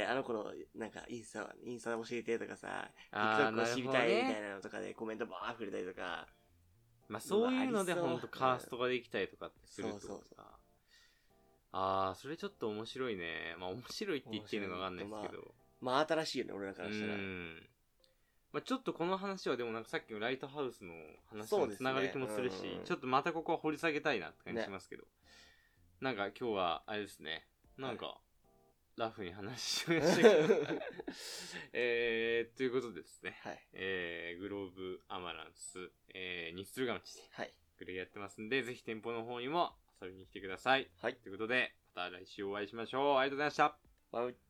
Speaker 2: で、あの子の、なんか、インスタ、インスタ教えてとかさ、
Speaker 1: あー
Speaker 2: TikTok を知りたいみ
Speaker 1: なるほど
Speaker 2: た
Speaker 1: ね
Speaker 2: いなのとかでコメントバー触れたりとか、
Speaker 1: まあそういうので
Speaker 2: まあありそ
Speaker 1: ほ
Speaker 2: う
Speaker 1: んとカーストができたりとかってするってことか。
Speaker 2: そうそう
Speaker 1: あー、それちょっと面白いね。まあ面白いって言っていいのかわかんないですけど。
Speaker 2: まあ新しいよね、俺らからしたら
Speaker 1: う。ん。まあ、ちょっとこの話はでもなんかさっきのライトハウスの話
Speaker 2: そう
Speaker 1: と
Speaker 2: ですね
Speaker 1: つながる気もするし、
Speaker 2: うん
Speaker 1: ちょっとまたここは掘り下げたいなって感じ
Speaker 2: ね
Speaker 1: しますけど、なんか今日はあれですねなんかラフに話しましたけど えー、ということでですね、
Speaker 2: はい。
Speaker 1: えー、グローブアマランス、えー、日鶴釜地で
Speaker 2: はい。
Speaker 1: グレーやってますんでぜひ店舗の方にも遊びに来てください
Speaker 2: はい。
Speaker 1: ということでまた来週お会いしましょうありがとうございました
Speaker 2: バウ